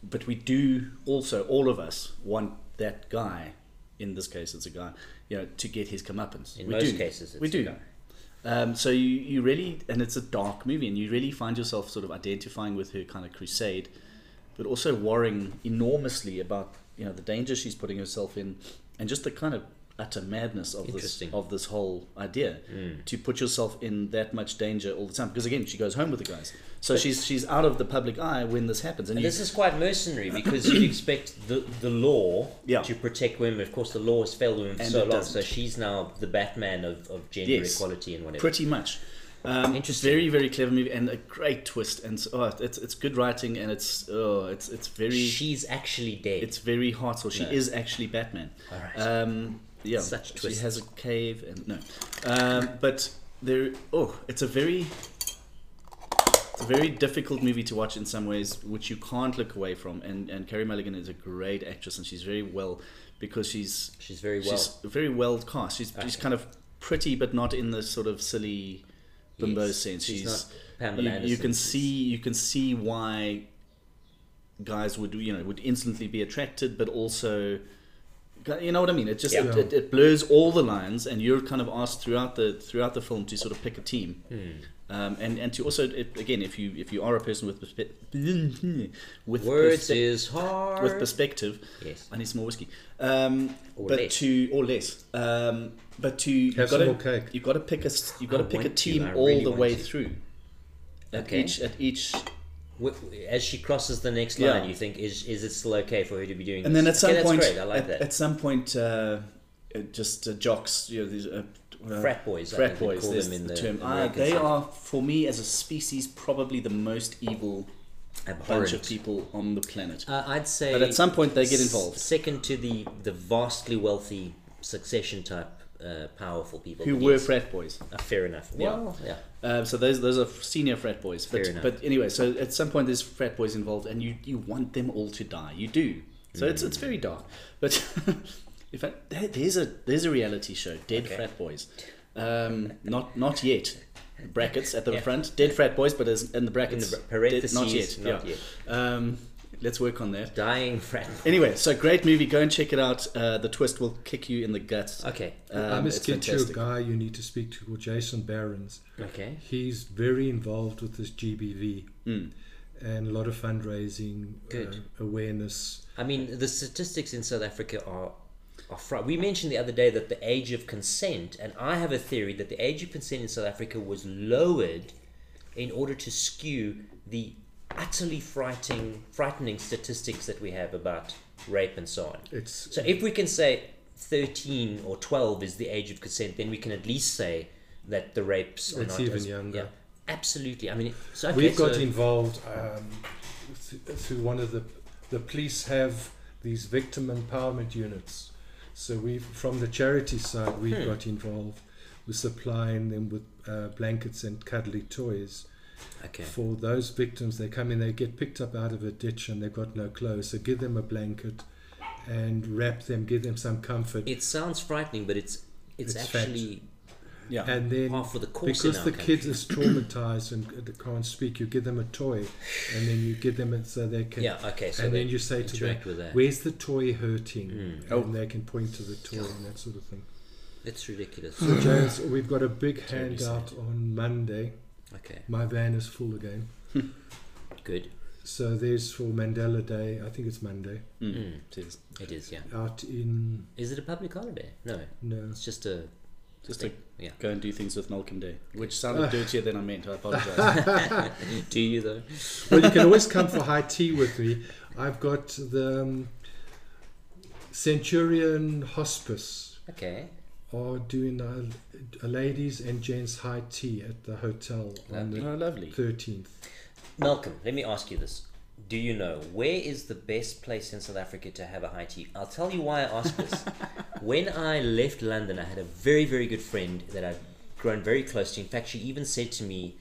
Speaker 2: But we do also, all of us want that guy. In this case, it's a guy, you know, to get his comeuppance.
Speaker 4: In
Speaker 2: we
Speaker 4: most
Speaker 2: do.
Speaker 4: cases, it's
Speaker 2: we
Speaker 4: a
Speaker 2: do.
Speaker 4: guy.
Speaker 2: Um, so you, you really, and it's a dark movie, and you really find yourself sort of identifying with her kind of crusade, but also worrying enormously about you know the danger she's putting herself in, and just the kind of utter madness of this
Speaker 4: Interesting.
Speaker 2: of this whole idea
Speaker 4: Mm.
Speaker 2: to put yourself in that much danger all the time. Because again, she goes home with the guys, so she's she's out of the public eye when this happens, and,
Speaker 4: And
Speaker 2: you,
Speaker 4: this is quite mercenary because you'd expect the, the law
Speaker 2: Yeah.
Speaker 4: to protect women. Of course, the law has failed women for
Speaker 2: And
Speaker 4: so
Speaker 2: it
Speaker 4: long,
Speaker 2: doesn't.
Speaker 4: so she's now the Batman of, of gender
Speaker 2: Yes.
Speaker 4: equality and whatever.
Speaker 2: pretty much. Um,
Speaker 4: Interesting.
Speaker 2: Very very clever movie and a great twist, and so, oh, it's it's good writing, and it's oh, it's it's very.
Speaker 4: she's actually dead.
Speaker 2: It's very hard. So she
Speaker 4: No.
Speaker 2: is actually Batman.
Speaker 4: All right.
Speaker 2: Um, yeah.
Speaker 4: Such
Speaker 2: she
Speaker 4: twists.
Speaker 2: has a cave and no, um, but there. Oh, it's a very, it's a very difficult movie to watch in some ways, which you can't look away from. And and Carrie Mulligan is a great actress, and she's very well because she's
Speaker 4: she's very well.
Speaker 2: she's very well cast. She's she's
Speaker 4: Okay.
Speaker 2: kind of pretty, but not in the sort of silly bimbo
Speaker 4: Yes.
Speaker 2: sense.
Speaker 4: She's
Speaker 2: She's,
Speaker 4: not Pamela
Speaker 2: you, you
Speaker 4: Anderson.
Speaker 2: can see you can see why guys would you know would instantly be attracted, but also you know what I mean. It just
Speaker 4: Yeah.
Speaker 2: it, it, it blurs all the lines, and you're kind of asked throughout the throughout the film to sort of pick a team.
Speaker 4: Hmm.
Speaker 2: Um, and, and to also it, again if you if you are a person with perspe- with
Speaker 4: Words
Speaker 2: perspe-
Speaker 4: is hard.
Speaker 2: with perspective
Speaker 4: yes.
Speaker 2: I need some more whiskey. Um,
Speaker 4: Or
Speaker 2: but
Speaker 4: less.
Speaker 2: to or less. Um, but to you've
Speaker 3: Have
Speaker 2: got
Speaker 3: some
Speaker 2: to
Speaker 3: more cake.
Speaker 2: you've got to pick a s- you've got
Speaker 4: I
Speaker 2: to pick a
Speaker 4: want to,
Speaker 2: team
Speaker 4: I
Speaker 2: all
Speaker 4: really
Speaker 2: the
Speaker 4: want
Speaker 2: way
Speaker 4: to.
Speaker 2: through. At
Speaker 4: Okay.
Speaker 2: each at each,
Speaker 4: Wi- As she crosses the next
Speaker 2: Yeah.
Speaker 4: line, you think is is it still okay for her to be doing?
Speaker 2: and
Speaker 4: this?
Speaker 2: then at
Speaker 4: Okay,
Speaker 2: some
Speaker 4: that's
Speaker 2: point,
Speaker 4: great. I like
Speaker 2: at,
Speaker 4: that.
Speaker 2: at some point, uh, uh, just uh, jocks, you know, these uh, uh,
Speaker 4: Frat boys, I
Speaker 2: frat
Speaker 4: think they
Speaker 2: boys.
Speaker 4: call
Speaker 2: there's
Speaker 4: them in
Speaker 2: the,
Speaker 4: the
Speaker 2: term. Uh,
Speaker 4: American
Speaker 2: they
Speaker 4: side.
Speaker 2: are, for me, as a species, probably the most evil bunch of
Speaker 4: Abhorrent.
Speaker 2: people on the planet.
Speaker 4: Uh, I'd say.
Speaker 2: But at some point they get
Speaker 4: s-
Speaker 2: involved.
Speaker 4: Second to the the vastly wealthy succession type uh, powerful people
Speaker 2: who
Speaker 4: but
Speaker 2: were
Speaker 4: yes,
Speaker 2: frat boys?
Speaker 4: uh, fair enough.
Speaker 2: Yeah.
Speaker 4: Well, yeah.
Speaker 2: Um, so those those are senior frat boys. But,
Speaker 4: Fair enough.
Speaker 2: but anyway, so at some point there's frat boys involved, and you, you want them all to die. You do. So it's it's very dark. But in fact, there, there's a there's a reality show, Dead
Speaker 4: Okay.
Speaker 2: Frat Boys. Um, not not yet. Brackets at the
Speaker 4: Yeah.
Speaker 2: front, Dead Frat Boys, but as in the brackets,
Speaker 4: br- parentheses,
Speaker 2: not yet.
Speaker 4: not
Speaker 2: yeah. Um, let's work on that.
Speaker 4: Dying frat.
Speaker 2: Anyway, so great movie. Go and check it out. Uh, the twist will kick you in the guts.
Speaker 4: Okay. uh,
Speaker 2: Um,
Speaker 3: I must
Speaker 2: it's
Speaker 3: get you a
Speaker 2: fantastic.
Speaker 3: guy you need to speak to called Jason Barons.
Speaker 4: Okay.
Speaker 3: He's very involved with this GBV
Speaker 2: Mm.
Speaker 3: and a lot of fundraising,
Speaker 4: Good.
Speaker 3: uh, awareness.
Speaker 4: I mean, the statistics in South Africa are are fr- we mentioned the other day that the age of consent, and I have a theory that the age of consent in South Africa was lowered in order to skew the utterly frightening frightening statistics that we have about rape and so on.
Speaker 3: It's
Speaker 4: So if we can say 13 or 12 is the age of consent, then we can at least say that the rapes are
Speaker 3: It's
Speaker 4: not
Speaker 3: even
Speaker 4: as-
Speaker 3: younger.
Speaker 4: Yeah, absolutely. I mean, so okay,
Speaker 3: We've got
Speaker 4: so-
Speaker 3: involved um, th- through one of the the police have these victim empowerment units. So we from the charity side
Speaker 4: Hmm.
Speaker 3: we have got involved with supplying them with uh, blankets and cuddly toys
Speaker 4: okay.
Speaker 3: for those victims. They come in, they get picked up out of a ditch and they've got no clothes. So give them a blanket and wrap them, give them some comfort,
Speaker 4: It sounds frightening, but it's it's,
Speaker 3: It's fact.
Speaker 4: actually
Speaker 2: Yeah.
Speaker 3: and then
Speaker 4: half of the course. in
Speaker 3: because
Speaker 4: our
Speaker 3: the
Speaker 4: country.
Speaker 3: kid is traumatized and c- can't speak, you give them a toy, and then you give them it so they can.
Speaker 4: Yeah. Okay. So
Speaker 3: and
Speaker 4: they
Speaker 3: then you say to them,
Speaker 4: interact with that.
Speaker 3: "Where's the toy hurting?" And
Speaker 2: Oh.
Speaker 3: they can point to the toy and that sort of thing.
Speaker 4: It's ridiculous.
Speaker 3: So James, we've got a big
Speaker 4: Totally
Speaker 3: handout on Monday.
Speaker 4: okay.
Speaker 3: My van is full again.
Speaker 4: Good.
Speaker 3: So there's for Mandela Day. I think it's Monday.
Speaker 2: Mm. It is.
Speaker 4: It is. Yeah.
Speaker 3: Out in
Speaker 4: Is it a public holiday? No.
Speaker 3: no.
Speaker 4: It's just a.
Speaker 2: Just to
Speaker 4: Yeah.
Speaker 2: go and do things with Malcolm Day, which sounded dirtier than I meant. I apologize.
Speaker 4: Do you though?
Speaker 3: Well, you can always come for high tea with me. I've got the um, Centurion Hospice.
Speaker 4: Okay.
Speaker 3: are doing a, a ladies and gents high tea at the hotel on the
Speaker 2: oh, lovely.
Speaker 3: 13th.
Speaker 4: Malcolm, let me ask you this. Do you know where is the best place in South Africa to have a high tea? I'll tell you why I ask this. when I left London, I had a very, very good friend that I've grown very close to. In fact, she even said to me,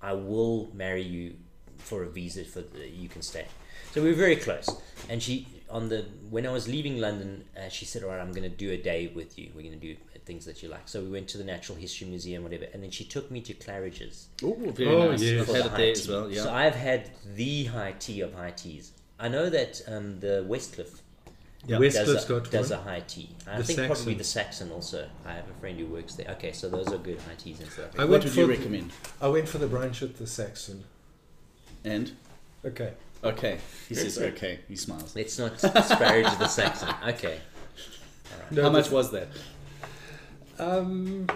Speaker 4: I will marry you for a visa for that you can stay. So we were very close. And she, on the when I was leaving London, uh, she said, "All right, I'm going to do a day with you. We're going to do things that you like." So we went to the Natural History Museum, whatever. And then she took me to Claridge's.
Speaker 2: Oh, very
Speaker 3: Oh,
Speaker 2: nice.
Speaker 3: yes.
Speaker 2: I've
Speaker 4: for
Speaker 2: had
Speaker 4: the
Speaker 2: it
Speaker 4: high
Speaker 2: there
Speaker 4: tea.
Speaker 2: as well. Yeah.
Speaker 4: So I've had the high tea of high teas. I know that um, the Westcliff does,
Speaker 3: Westcliff's
Speaker 4: a,
Speaker 3: got
Speaker 4: does
Speaker 3: one.
Speaker 4: a high tea. I
Speaker 3: The
Speaker 4: think probably
Speaker 3: Saxon.
Speaker 4: the Saxon also. I have a friend who works there. Okay, so those are good high teas and stuff.
Speaker 3: I
Speaker 2: what
Speaker 3: went
Speaker 2: would
Speaker 3: for
Speaker 2: you
Speaker 3: the-
Speaker 2: recommend?
Speaker 3: I went for the brunch at the Saxon.
Speaker 2: And
Speaker 3: Okay.
Speaker 2: okay, he says okay. He smiles.
Speaker 4: Let's not disparage the Saxon. Okay,
Speaker 3: No,
Speaker 2: How much was that?
Speaker 3: Um,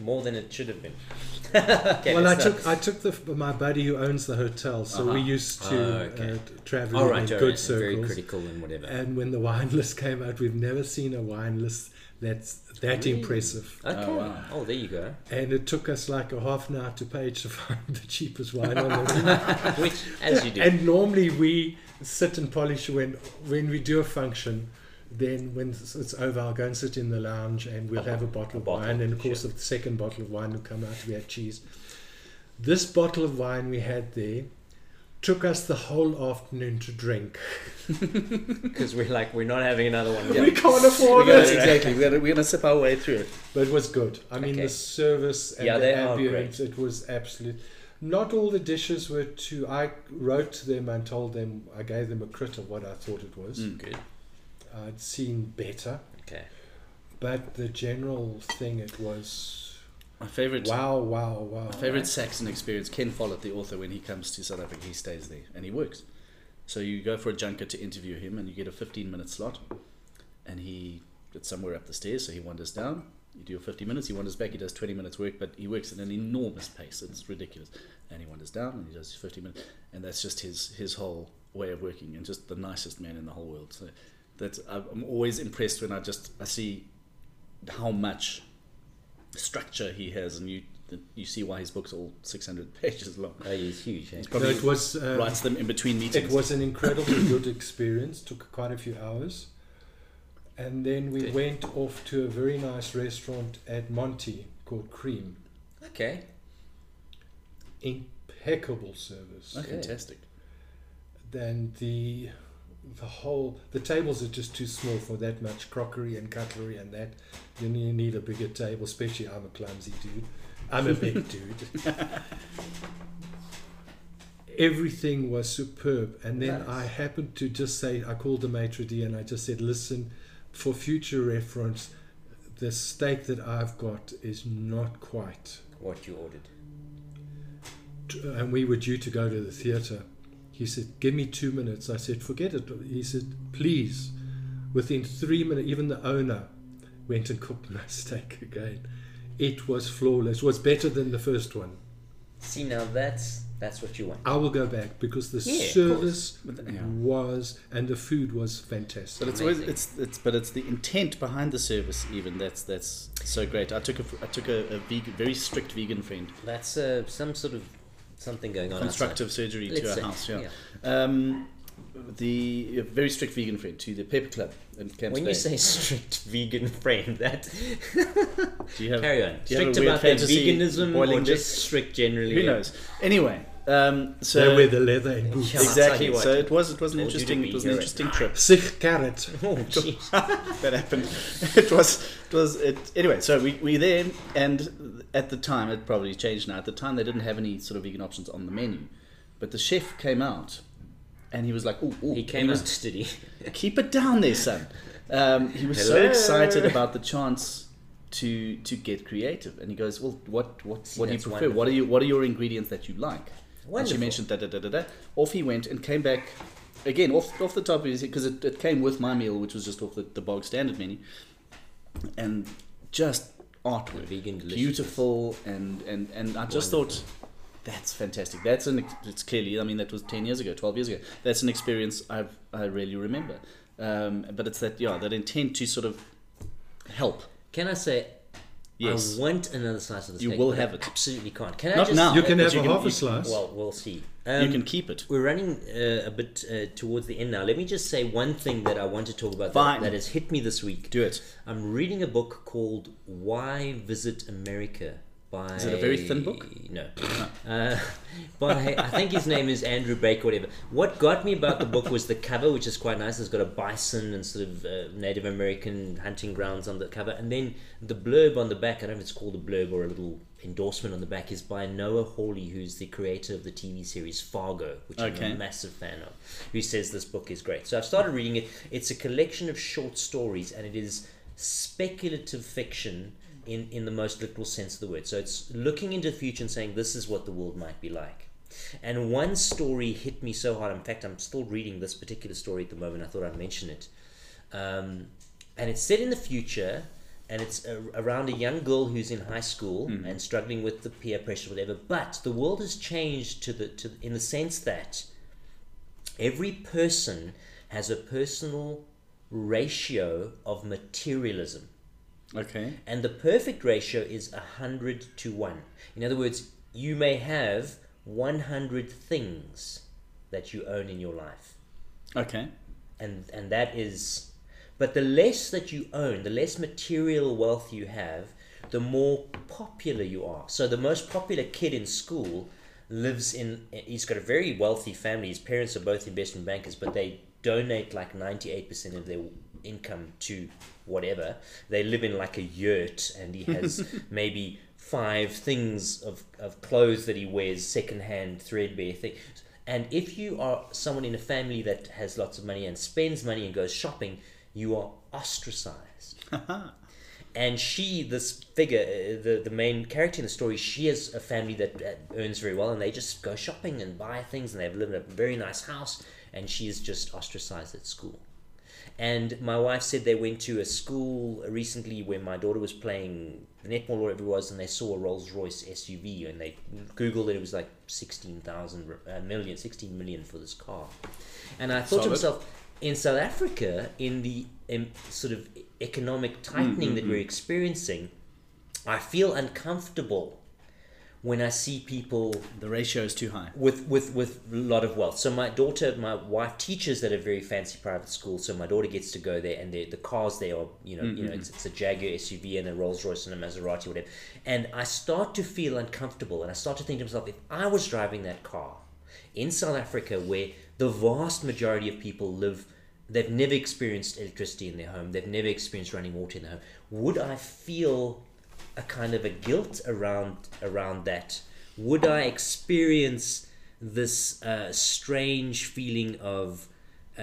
Speaker 4: more than it should have been. okay,
Speaker 3: well, I
Speaker 4: let's
Speaker 3: took I took the, my buddy who owns the hotel, so we
Speaker 4: Uh-huh.
Speaker 3: used to
Speaker 4: Oh, okay.
Speaker 3: uh, travel
Speaker 4: not- all right,
Speaker 3: in
Speaker 4: all
Speaker 3: good
Speaker 4: right, very
Speaker 3: circles.
Speaker 4: critical and whatever.
Speaker 3: And when the wine list came out, we've never seen a wine list that's that
Speaker 4: Really?
Speaker 3: impressive.
Speaker 4: okay.
Speaker 2: Oh, wow.
Speaker 4: oh, there you go.
Speaker 3: And it took us like a half an hour to page to find the cheapest wine on the menu.
Speaker 4: Which, as you do,
Speaker 3: And normally we sit and polish when when we do a function. Then when it's it's over, I'll go and sit in the lounge and we'll have a bottle of
Speaker 4: bottle,
Speaker 3: wine. And of course, the second bottle of wine will come out. We had cheese. This bottle of wine we had there took us the whole afternoon to drink.
Speaker 4: because we're like we're not having another one.
Speaker 3: We can't afford
Speaker 4: We got
Speaker 3: it.
Speaker 4: it.
Speaker 2: exactly. We're gonna, we're gonna sip our way through it.
Speaker 3: But it was good. I mean,
Speaker 4: Okay.
Speaker 3: the service and
Speaker 4: Yeah,
Speaker 3: the
Speaker 4: they are
Speaker 3: ambience, it was absolute. Not all the dishes were too. I wrote to them and told them, I gave them a crit of what I thought it was.
Speaker 2: Mm.
Speaker 4: Good.
Speaker 3: I'd seen better.
Speaker 4: Okay.
Speaker 3: But the general thing it was
Speaker 2: My favorite.
Speaker 3: wow, wow, wow.
Speaker 2: My favorite Saxon experience, Ken Follett, the author, when he comes to South Africa, he stays there and he works. So you go for a junket to interview him and you get a 15 minute slot. And he, it's somewhere up the stairs, so he wanders down. You do your 50 minutes, he wanders back, he does 20 minutes work, but he works at an enormous pace. It's ridiculous. And he wanders down and he does his 50 minutes. And that's just his, his whole way of working and just the nicest man in the whole world. So that's, I'm I'm always impressed when I just, I see how much structure he has, and you you see why his books are all six hundred pages long.
Speaker 4: Oh, he's huge. eh?
Speaker 2: He's
Speaker 3: No,
Speaker 2: probably
Speaker 3: it was um,
Speaker 2: writes them in between meetings.
Speaker 3: it was an incredibly good experience. Took quite a few hours, and then we
Speaker 4: Good.
Speaker 3: went off to a very nice restaurant at Monty called Cream.
Speaker 4: Okay.
Speaker 3: Impeccable service.
Speaker 2: Oh, fantastic.
Speaker 3: Then the the whole the tables are just too small for that much crockery and cutlery and that. You need, you need a bigger table, especially I'm a clumsy dude. I'm a big dude. Everything was superb, and then
Speaker 4: Nice.
Speaker 3: I happened to just say I called the maitre d' and I just said, "Listen, for future reference, the steak that I've got is not quite."
Speaker 4: What you ordered.
Speaker 3: and we were due to go to the theatre. He said, "Give me two minutes." I said, "Forget it." He said, "Please." Within three minutes, even the owner went and cooked my steak again. It was flawless. It was better than the first one.
Speaker 4: See now that's That's what you want.
Speaker 3: I will go back because the
Speaker 4: Yeah, of
Speaker 3: service
Speaker 2: But- yeah.
Speaker 3: was and the food was fantastic.
Speaker 2: But it's always,
Speaker 4: Amazing.
Speaker 2: it's it's but it's the intent behind the service even that's that's so great. I took a I took a, a vegan, very strict vegan friend,
Speaker 4: That's uh, some sort of something going on. outside.
Speaker 2: constructive surgery to
Speaker 4: Let's
Speaker 2: our
Speaker 4: say,
Speaker 2: house. Yeah, Um, the a very strict vegan friend to the paper club in Camp
Speaker 4: When you
Speaker 2: Bay.
Speaker 4: say strict vegan friend, that
Speaker 2: do you have
Speaker 4: carry on.
Speaker 2: do you have
Speaker 4: Strict
Speaker 2: a weird
Speaker 4: about that
Speaker 2: fantasy
Speaker 4: veganism or
Speaker 2: boiling
Speaker 4: just
Speaker 2: this?
Speaker 4: strict generally?
Speaker 2: who knows? Anyway, um, so
Speaker 3: they wear the leather and boots.
Speaker 4: Yeah. I'll tell
Speaker 2: exactly.
Speaker 4: you what.
Speaker 2: So it was it was an
Speaker 4: Told you to
Speaker 2: interesting
Speaker 4: be
Speaker 2: it was an
Speaker 4: here.
Speaker 2: interesting trip.
Speaker 3: Sich carrot.
Speaker 4: Oh, jeez.
Speaker 2: that happened. It was, it was, it, anyway, so we, we there, and at the time, it probably changed now. At the time, they didn't have any sort of vegan options on the menu. But the chef came out, and he was like, ooh, ooh.
Speaker 4: He
Speaker 2: and
Speaker 4: came
Speaker 2: was,
Speaker 4: out, did he?
Speaker 2: Keep it down there, son. Um, he was so
Speaker 4: Hello.
Speaker 2: excited about the chance to to get creative. And he goes, well, what, what, what do you
Speaker 4: that's
Speaker 2: prefer?
Speaker 4: wonderful.
Speaker 2: What are you, What are your ingredients that you like? And she
Speaker 4: Wonderful.
Speaker 2: mentioned da da da da da. Off he went and came back again off off the top of his because it, it came with my meal, which was just off the, the bog standard menu, and just artwork,
Speaker 4: Vegan delicious.
Speaker 2: beautiful, and and and I just thought that's fantastic. That's an ex- it's clearly I mean that was ten years ago, twelve years ago. That's an experience I've I really remember. Um, but it's that yeah that intent to sort of help.
Speaker 4: Can I say?
Speaker 2: Yes.
Speaker 4: I want another slice of this.
Speaker 2: You
Speaker 4: cake,
Speaker 2: will
Speaker 4: but I
Speaker 2: have it.
Speaker 4: Absolutely can't. Can I
Speaker 2: Not
Speaker 4: just,
Speaker 2: now.
Speaker 3: You can
Speaker 2: but
Speaker 3: have
Speaker 2: you
Speaker 3: a
Speaker 2: can-
Speaker 3: half
Speaker 2: you-
Speaker 3: a slice.
Speaker 4: Well, we'll see. Um,
Speaker 2: you can keep it.
Speaker 4: We're running uh, a bit uh, towards the end now. Let me just say one thing that I want to talk about that,
Speaker 2: Fine.
Speaker 4: that has hit me this week.
Speaker 2: Do it.
Speaker 4: I'm reading a book called Why Visit America by. Is
Speaker 2: it a very thin book?
Speaker 4: No. uh, by, I think his name is Andrew Baker, whatever. What got me about the book was the cover, which is quite nice. It's got a bison and sort of uh, Native American hunting grounds on the cover. And then the blurb on the back, I don't know if it's called a blurb or a little endorsement on the back, is by Noah Hawley, who's the creator of the TV series Fargo, which I'm
Speaker 2: Okay.
Speaker 4: a massive fan of, who says this book is great. So I've started reading it. It's a collection of short stories, and it is speculative fiction in, in the most literal sense of the word. So it's looking into the future and saying, this is what the world might be like. And one story hit me so hard. In fact, I'm still reading this particular story at the moment. I thought I'd mention it. Um, and it's set in the future, and it's a, around a young girl who's in high school and struggling with the peer pressure, whatever. But the world has changed to the to in the sense that every person has a personal ratio of materialism
Speaker 2: Okay.
Speaker 4: and the perfect ratio is 100 to 1. In other words, you may have 100 things that you own in your life.
Speaker 2: Okay.
Speaker 4: And and that is but the less that you own, the less material wealth you have, the more popular you are. So the most popular kid in school lives in he's got a very wealthy family. His parents are both investment bankers, but they donate like 98% of their income to whatever. They live in like a yurt, and he has maybe five things of, of clothes that he wears, secondhand, threadbare thing. And if you are someone in a family that has lots of money and spends money and goes shopping, you are ostracized and she this figure uh, the the main character in the story she has a family that uh, earns very well and they just go shopping and buy things and they've lived in a very nice house and she is just ostracized at school and my wife said they went to a school recently where my daughter was playing netball or whatever it was, and they saw a Rolls Royce SUV, and they googled it. It was like 16,000 uh, million, 16 million for this car. And I thought
Speaker 2: Solid.
Speaker 4: to myself, in South Africa, in the um, sort of economic tightening that we're experiencing, I feel uncomfortable when I see people
Speaker 2: The ratio is too high.
Speaker 4: with with with a lot of wealth. So my daughter, my wife teaches at a very fancy private school. So my daughter gets to go there, and the the cars there are you know you know it's, it's a Jaguar SUV and a Rolls Royce and a Maserati whatever. And I start to feel uncomfortable, and I start to think to myself, if I was driving that car in South Africa, where the vast majority of people live. They've never experienced electricity in their home. They've never experienced running water in their home. Would I feel a kind of a guilt around around that would i experience this uh, strange feeling of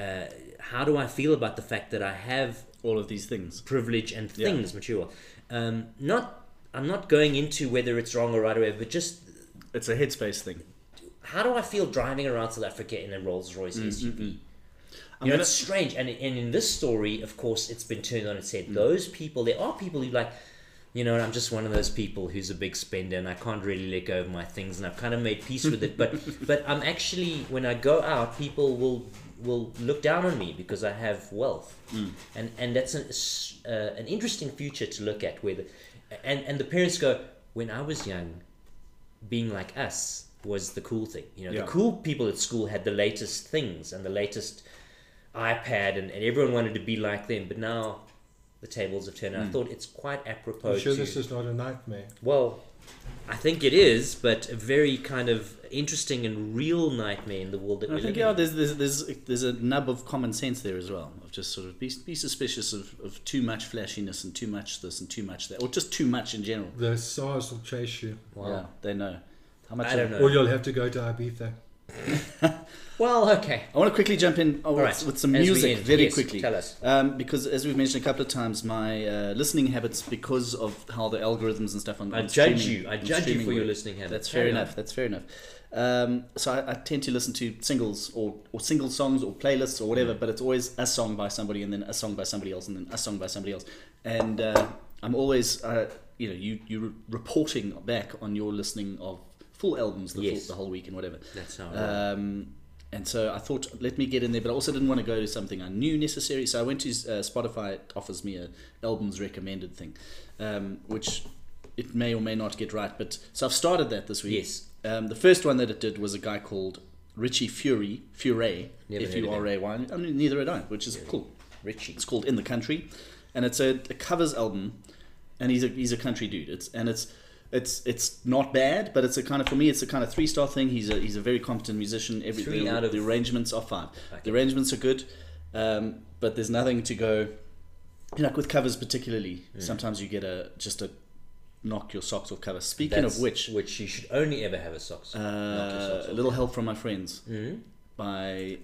Speaker 4: uh, how do i feel about the fact that i have
Speaker 2: All of these things.
Speaker 4: privilege and things material um, not i'm not going into whether it's wrong or right or whatever but just
Speaker 2: It's a headspace thing.
Speaker 4: how do i feel driving around south africa in a rolls royce suv
Speaker 2: I'm
Speaker 4: you know,
Speaker 2: gonna-
Speaker 4: it's strange. And, and in this story, of course, it's been turned on its head. Those people, there are people who like, you know, I'm just one of those people who's a big spender and I can't really let go of my things and I've kind of made peace with it. But but I'm actually when I go out, people will will look down on me because I have wealth, and and that's an s- uh, an interesting future to look at. Where the, and and the parents go when I was young, being like us was the cool thing. You know,
Speaker 2: Yeah.
Speaker 4: the cool people at school had the latest things and the latest iPad, and, and everyone wanted to be like them. But now the tables have turned.
Speaker 2: Hmm.
Speaker 4: And I thought it's quite apropos.
Speaker 3: I'm sure
Speaker 4: to,
Speaker 3: this is not a nightmare.
Speaker 4: well, I think it is, but a very kind of interesting and real nightmare in the world that
Speaker 2: And
Speaker 4: we
Speaker 2: I think
Speaker 4: live
Speaker 2: yeah,
Speaker 4: in.
Speaker 2: there's, there's there's there's a nub of common sense there as well of just sort of be, be suspicious of, of too much flashiness and too much this and too much that or just too much in general.
Speaker 3: The SARS will chase you,
Speaker 4: Wow.
Speaker 2: Yeah, they know. How much
Speaker 4: I don't know.
Speaker 3: or you'll have to go to Ibiza.
Speaker 4: Well, okay.
Speaker 2: I want to quickly jump in oh, with,
Speaker 4: right,
Speaker 2: with some
Speaker 4: as we
Speaker 2: music
Speaker 4: end,
Speaker 2: very
Speaker 4: yes,
Speaker 2: quickly.
Speaker 4: tell us.
Speaker 2: Um, because as we've mentioned a couple of times, my uh, listening habits, because of how the algorithms and stuff on,
Speaker 4: I
Speaker 2: on
Speaker 4: judge
Speaker 2: streaming-
Speaker 4: you. I
Speaker 2: on
Speaker 4: judge you
Speaker 2: streaming
Speaker 4: for your
Speaker 2: work.
Speaker 4: listening habits.
Speaker 2: That's fair
Speaker 4: Carry on.
Speaker 2: enough. That's fair enough. Um, so I, I tend to listen to singles or, or single songs or playlists or
Speaker 4: Mm.
Speaker 2: whatever, but it's always a song by somebody and then a song by somebody else and then a song by somebody else. And uh, I'm always, uh, you know, you you re- reporting back on your listening of full albums the,
Speaker 4: Yes.
Speaker 2: full, the whole week and whatever.
Speaker 4: That's how I roll.
Speaker 2: Um, and so I thought, let me get in there, but I also didn't want to go to something I knew necessary. So I went to uh, Spotify. It offers me a albums recommended thing, um, which it may or may not get right. But so I've started that this week.
Speaker 4: Yes.
Speaker 2: Um, the first one that it did was a guy called Richie Fury, Furay,
Speaker 4: Never
Speaker 2: F
Speaker 4: heard of
Speaker 2: U
Speaker 4: him.
Speaker 2: R A Y. I mean, neither had I, which is cool.
Speaker 4: Richie.
Speaker 2: It's called In the Country, and it's a, a covers album, and he's a he's a country dude. It's and it's it's it's not bad, but it's a kind of for me it's a kind of three star thing. He's a he's a very competent musician. Every
Speaker 4: Three
Speaker 2: the,
Speaker 4: out of-
Speaker 2: the arrangements are five.
Speaker 4: Okay.
Speaker 2: The arrangements are good, um, but there's nothing to go. You know, like with covers particularly, sometimes you get a just a knock your socks off cover. Speaking
Speaker 4: That's
Speaker 2: of which,
Speaker 4: which you should only ever have a socks. knock your
Speaker 2: uh,
Speaker 4: socks
Speaker 2: a
Speaker 4: off.
Speaker 2: little help from my friends
Speaker 4: Mhm.
Speaker 2: by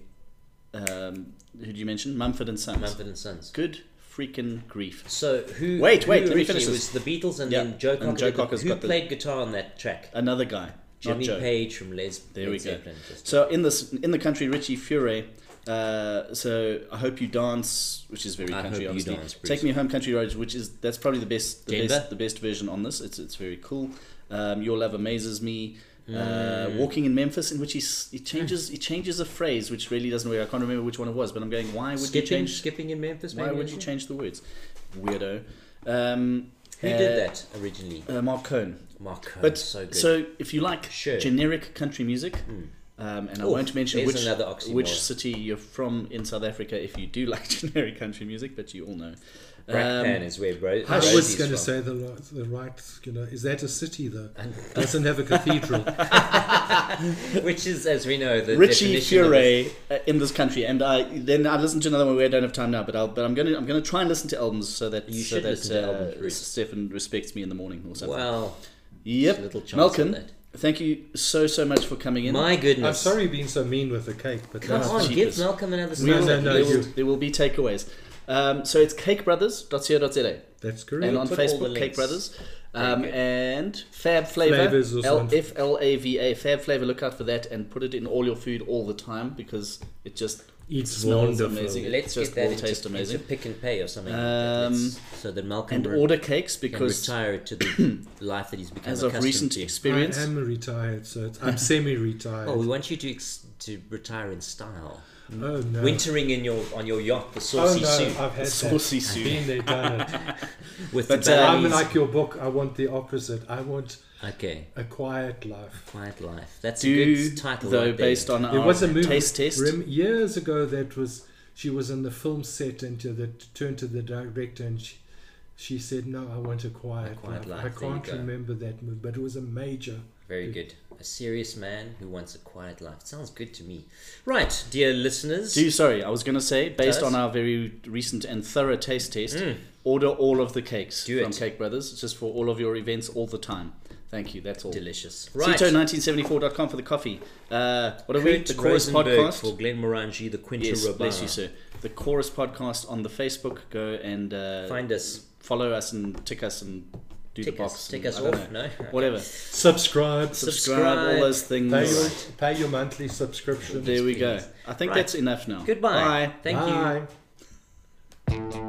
Speaker 2: um, who did you mention? Mumford and Sons.
Speaker 4: Mumford and Sons.
Speaker 2: Good freaking grief.
Speaker 4: So who?
Speaker 2: Wait,
Speaker 4: who
Speaker 2: wait, let me
Speaker 4: originally
Speaker 2: finish
Speaker 4: was the Beatles and
Speaker 2: Yeah,
Speaker 4: then Joe
Speaker 2: and
Speaker 4: Cocker.
Speaker 2: Joe
Speaker 4: did the-
Speaker 2: Cocker's
Speaker 4: who
Speaker 2: got the-
Speaker 4: played guitar on that track?
Speaker 2: Another guy,
Speaker 4: Jimmy
Speaker 2: not Joe.
Speaker 4: Page from Les.
Speaker 2: There
Speaker 4: Led
Speaker 2: we go.
Speaker 4: Zeppelin, just-
Speaker 2: So in this in the country, Richie Fure. Uh, so I hope you dance, which is very
Speaker 4: I Hope
Speaker 2: country.
Speaker 4: You
Speaker 2: obviously,
Speaker 4: Dance, Bruce.
Speaker 2: take me home, country roads, which is that's probably the best, the
Speaker 4: Denver?
Speaker 2: best, the best version on this. It's it's very cool. Um, Your love amazes me. Uh,
Speaker 4: Mm.
Speaker 2: walking in Memphis, in which he s- he changes he changes a phrase, which really doesn't work. I can't remember which one it was, but I'm going. Why would
Speaker 4: skipping,
Speaker 2: you change?
Speaker 4: skipping in Memphis.
Speaker 2: Why
Speaker 4: maybe
Speaker 2: would you
Speaker 4: also?
Speaker 2: change the words, weirdo? Um,
Speaker 4: Who
Speaker 2: uh,
Speaker 4: did that originally?
Speaker 2: Uh, Mark Cohn.
Speaker 4: Mark Cohn's
Speaker 2: But
Speaker 4: so
Speaker 2: so,
Speaker 4: good.
Speaker 2: if you like
Speaker 4: Sure. Hmm.
Speaker 2: generic country music, um, and I
Speaker 4: Oof,
Speaker 2: won't mention
Speaker 4: there's
Speaker 2: which
Speaker 4: another oxymoron.
Speaker 2: which city you're from in South Africa, if you do like generic country music, but you all know.
Speaker 4: Brat Pan
Speaker 2: Um,
Speaker 4: is where Bro.
Speaker 3: I
Speaker 4: Rosie's
Speaker 3: was going
Speaker 4: from.
Speaker 3: to say the right, the right, you know, is that a city though? Doesn't have a cathedral.
Speaker 4: which is, as we know, the
Speaker 2: Richie
Speaker 4: definition of a-
Speaker 2: Fure uh, in this country, and I then I listened to another one where I don't have time now, but I'll but I'm gonna I'm gonna try and listen to albums so that
Speaker 4: You
Speaker 2: so
Speaker 4: should
Speaker 2: that
Speaker 4: listen to
Speaker 2: uh,
Speaker 4: albums, Bruce.
Speaker 2: Stefan respects me in the morning or something.
Speaker 4: Well,
Speaker 2: yep,
Speaker 4: there's a little chance
Speaker 2: Malcolm,
Speaker 4: of that.
Speaker 2: thank you so so much for coming in.
Speaker 4: my goodness.
Speaker 3: I'm sorry being so mean with the cake, but
Speaker 4: Come
Speaker 3: that's
Speaker 4: on,
Speaker 2: cheapest.
Speaker 4: give Malcolm another
Speaker 3: No,
Speaker 4: slice.
Speaker 3: no, no,
Speaker 2: there, will,
Speaker 3: you-
Speaker 2: there will be takeaways. Um, so it's cakebrothers.co.za.
Speaker 3: that's correct.
Speaker 2: and on
Speaker 4: put all the
Speaker 2: Facebook, Cake
Speaker 4: links.
Speaker 2: Brothers,
Speaker 4: Very
Speaker 2: um,
Speaker 4: good.
Speaker 2: and Fab Flavor,
Speaker 3: Flavors or
Speaker 2: L
Speaker 3: something.
Speaker 2: F L A V A, Fab Flavor. Look out for that and put it in all your food all the time because it just
Speaker 3: It's
Speaker 2: smells
Speaker 3: wonderful.
Speaker 2: amazing.
Speaker 4: Let's
Speaker 2: it just
Speaker 4: get that
Speaker 2: will
Speaker 4: into,
Speaker 2: taste amazing.
Speaker 4: into pick and pay or something. like that.
Speaker 2: Um,
Speaker 4: Let's- so that Malcolm
Speaker 2: and
Speaker 4: re-
Speaker 2: order cakes
Speaker 4: can
Speaker 2: because
Speaker 4: retire to the life that he's become
Speaker 2: as of
Speaker 4: accustomed
Speaker 2: recent
Speaker 4: to.
Speaker 2: experience,
Speaker 3: I am retired, so it's, I'm semi-retired.
Speaker 4: Oh, we want you to ex- to retire in style,
Speaker 3: Oh, no.
Speaker 2: Uh,
Speaker 4: wintering in your on your yacht, the
Speaker 3: oh
Speaker 4: saucy
Speaker 3: no,
Speaker 4: suit
Speaker 3: I've had
Speaker 2: saucy
Speaker 3: that.
Speaker 2: soup.
Speaker 3: Been there, done it.
Speaker 4: with
Speaker 2: uh, But,
Speaker 4: the
Speaker 2: uh,
Speaker 3: I'm
Speaker 4: Balinese.
Speaker 3: like your book. I want the opposite. I want
Speaker 4: okay,
Speaker 3: a quiet life.
Speaker 4: quiet life. That's a
Speaker 2: do
Speaker 4: good title.
Speaker 2: though
Speaker 4: right there.
Speaker 2: based on
Speaker 3: There
Speaker 2: our
Speaker 3: was a
Speaker 4: Um,
Speaker 3: movie
Speaker 2: taste test.
Speaker 3: rem- years ago that was she was on the film set and to the turned to the director and she, she said, "No, I want a quiet,
Speaker 4: A quiet life,
Speaker 3: I
Speaker 4: there you
Speaker 3: can't
Speaker 4: go.
Speaker 3: remember that movie, but it was a major.
Speaker 4: Very good. A serious man who wants a quiet life. Sounds good to me. Right, dear listeners.
Speaker 2: Do sorry, I was going to say based
Speaker 4: Does? Mm.
Speaker 2: on our very recent and thorough taste test, order all of the cakes
Speaker 4: Do
Speaker 2: from
Speaker 4: it.
Speaker 2: Cake Brothers. It's just for all of your events all the time. Thank you. That's all.
Speaker 4: delicious. Right.
Speaker 2: Cito1974.com for the coffee. Uh, what are we?
Speaker 4: Kurt
Speaker 2: The Chorus
Speaker 4: Rosenberg
Speaker 2: Podcast.
Speaker 4: for Glenn Morangi, the Quinta
Speaker 2: yes,
Speaker 4: Rabar.
Speaker 2: bless you, sir. The Chorus Podcast on the Facebook. Go and uh,
Speaker 4: Find us.
Speaker 2: follow us and tick us and do
Speaker 4: Tick
Speaker 2: the box.
Speaker 4: us.
Speaker 2: and
Speaker 4: Tick us
Speaker 2: I don't
Speaker 4: off.
Speaker 2: know.
Speaker 4: No.
Speaker 2: Whatever.
Speaker 3: Subscribe,
Speaker 2: Subscribe, all those things.
Speaker 3: pay your, pay your monthly subscription.
Speaker 2: There we go.
Speaker 4: please.
Speaker 2: I think
Speaker 4: Right.
Speaker 2: that's enough now.
Speaker 4: Goodbye.
Speaker 2: Bye.
Speaker 4: Thank you.
Speaker 3: Bye.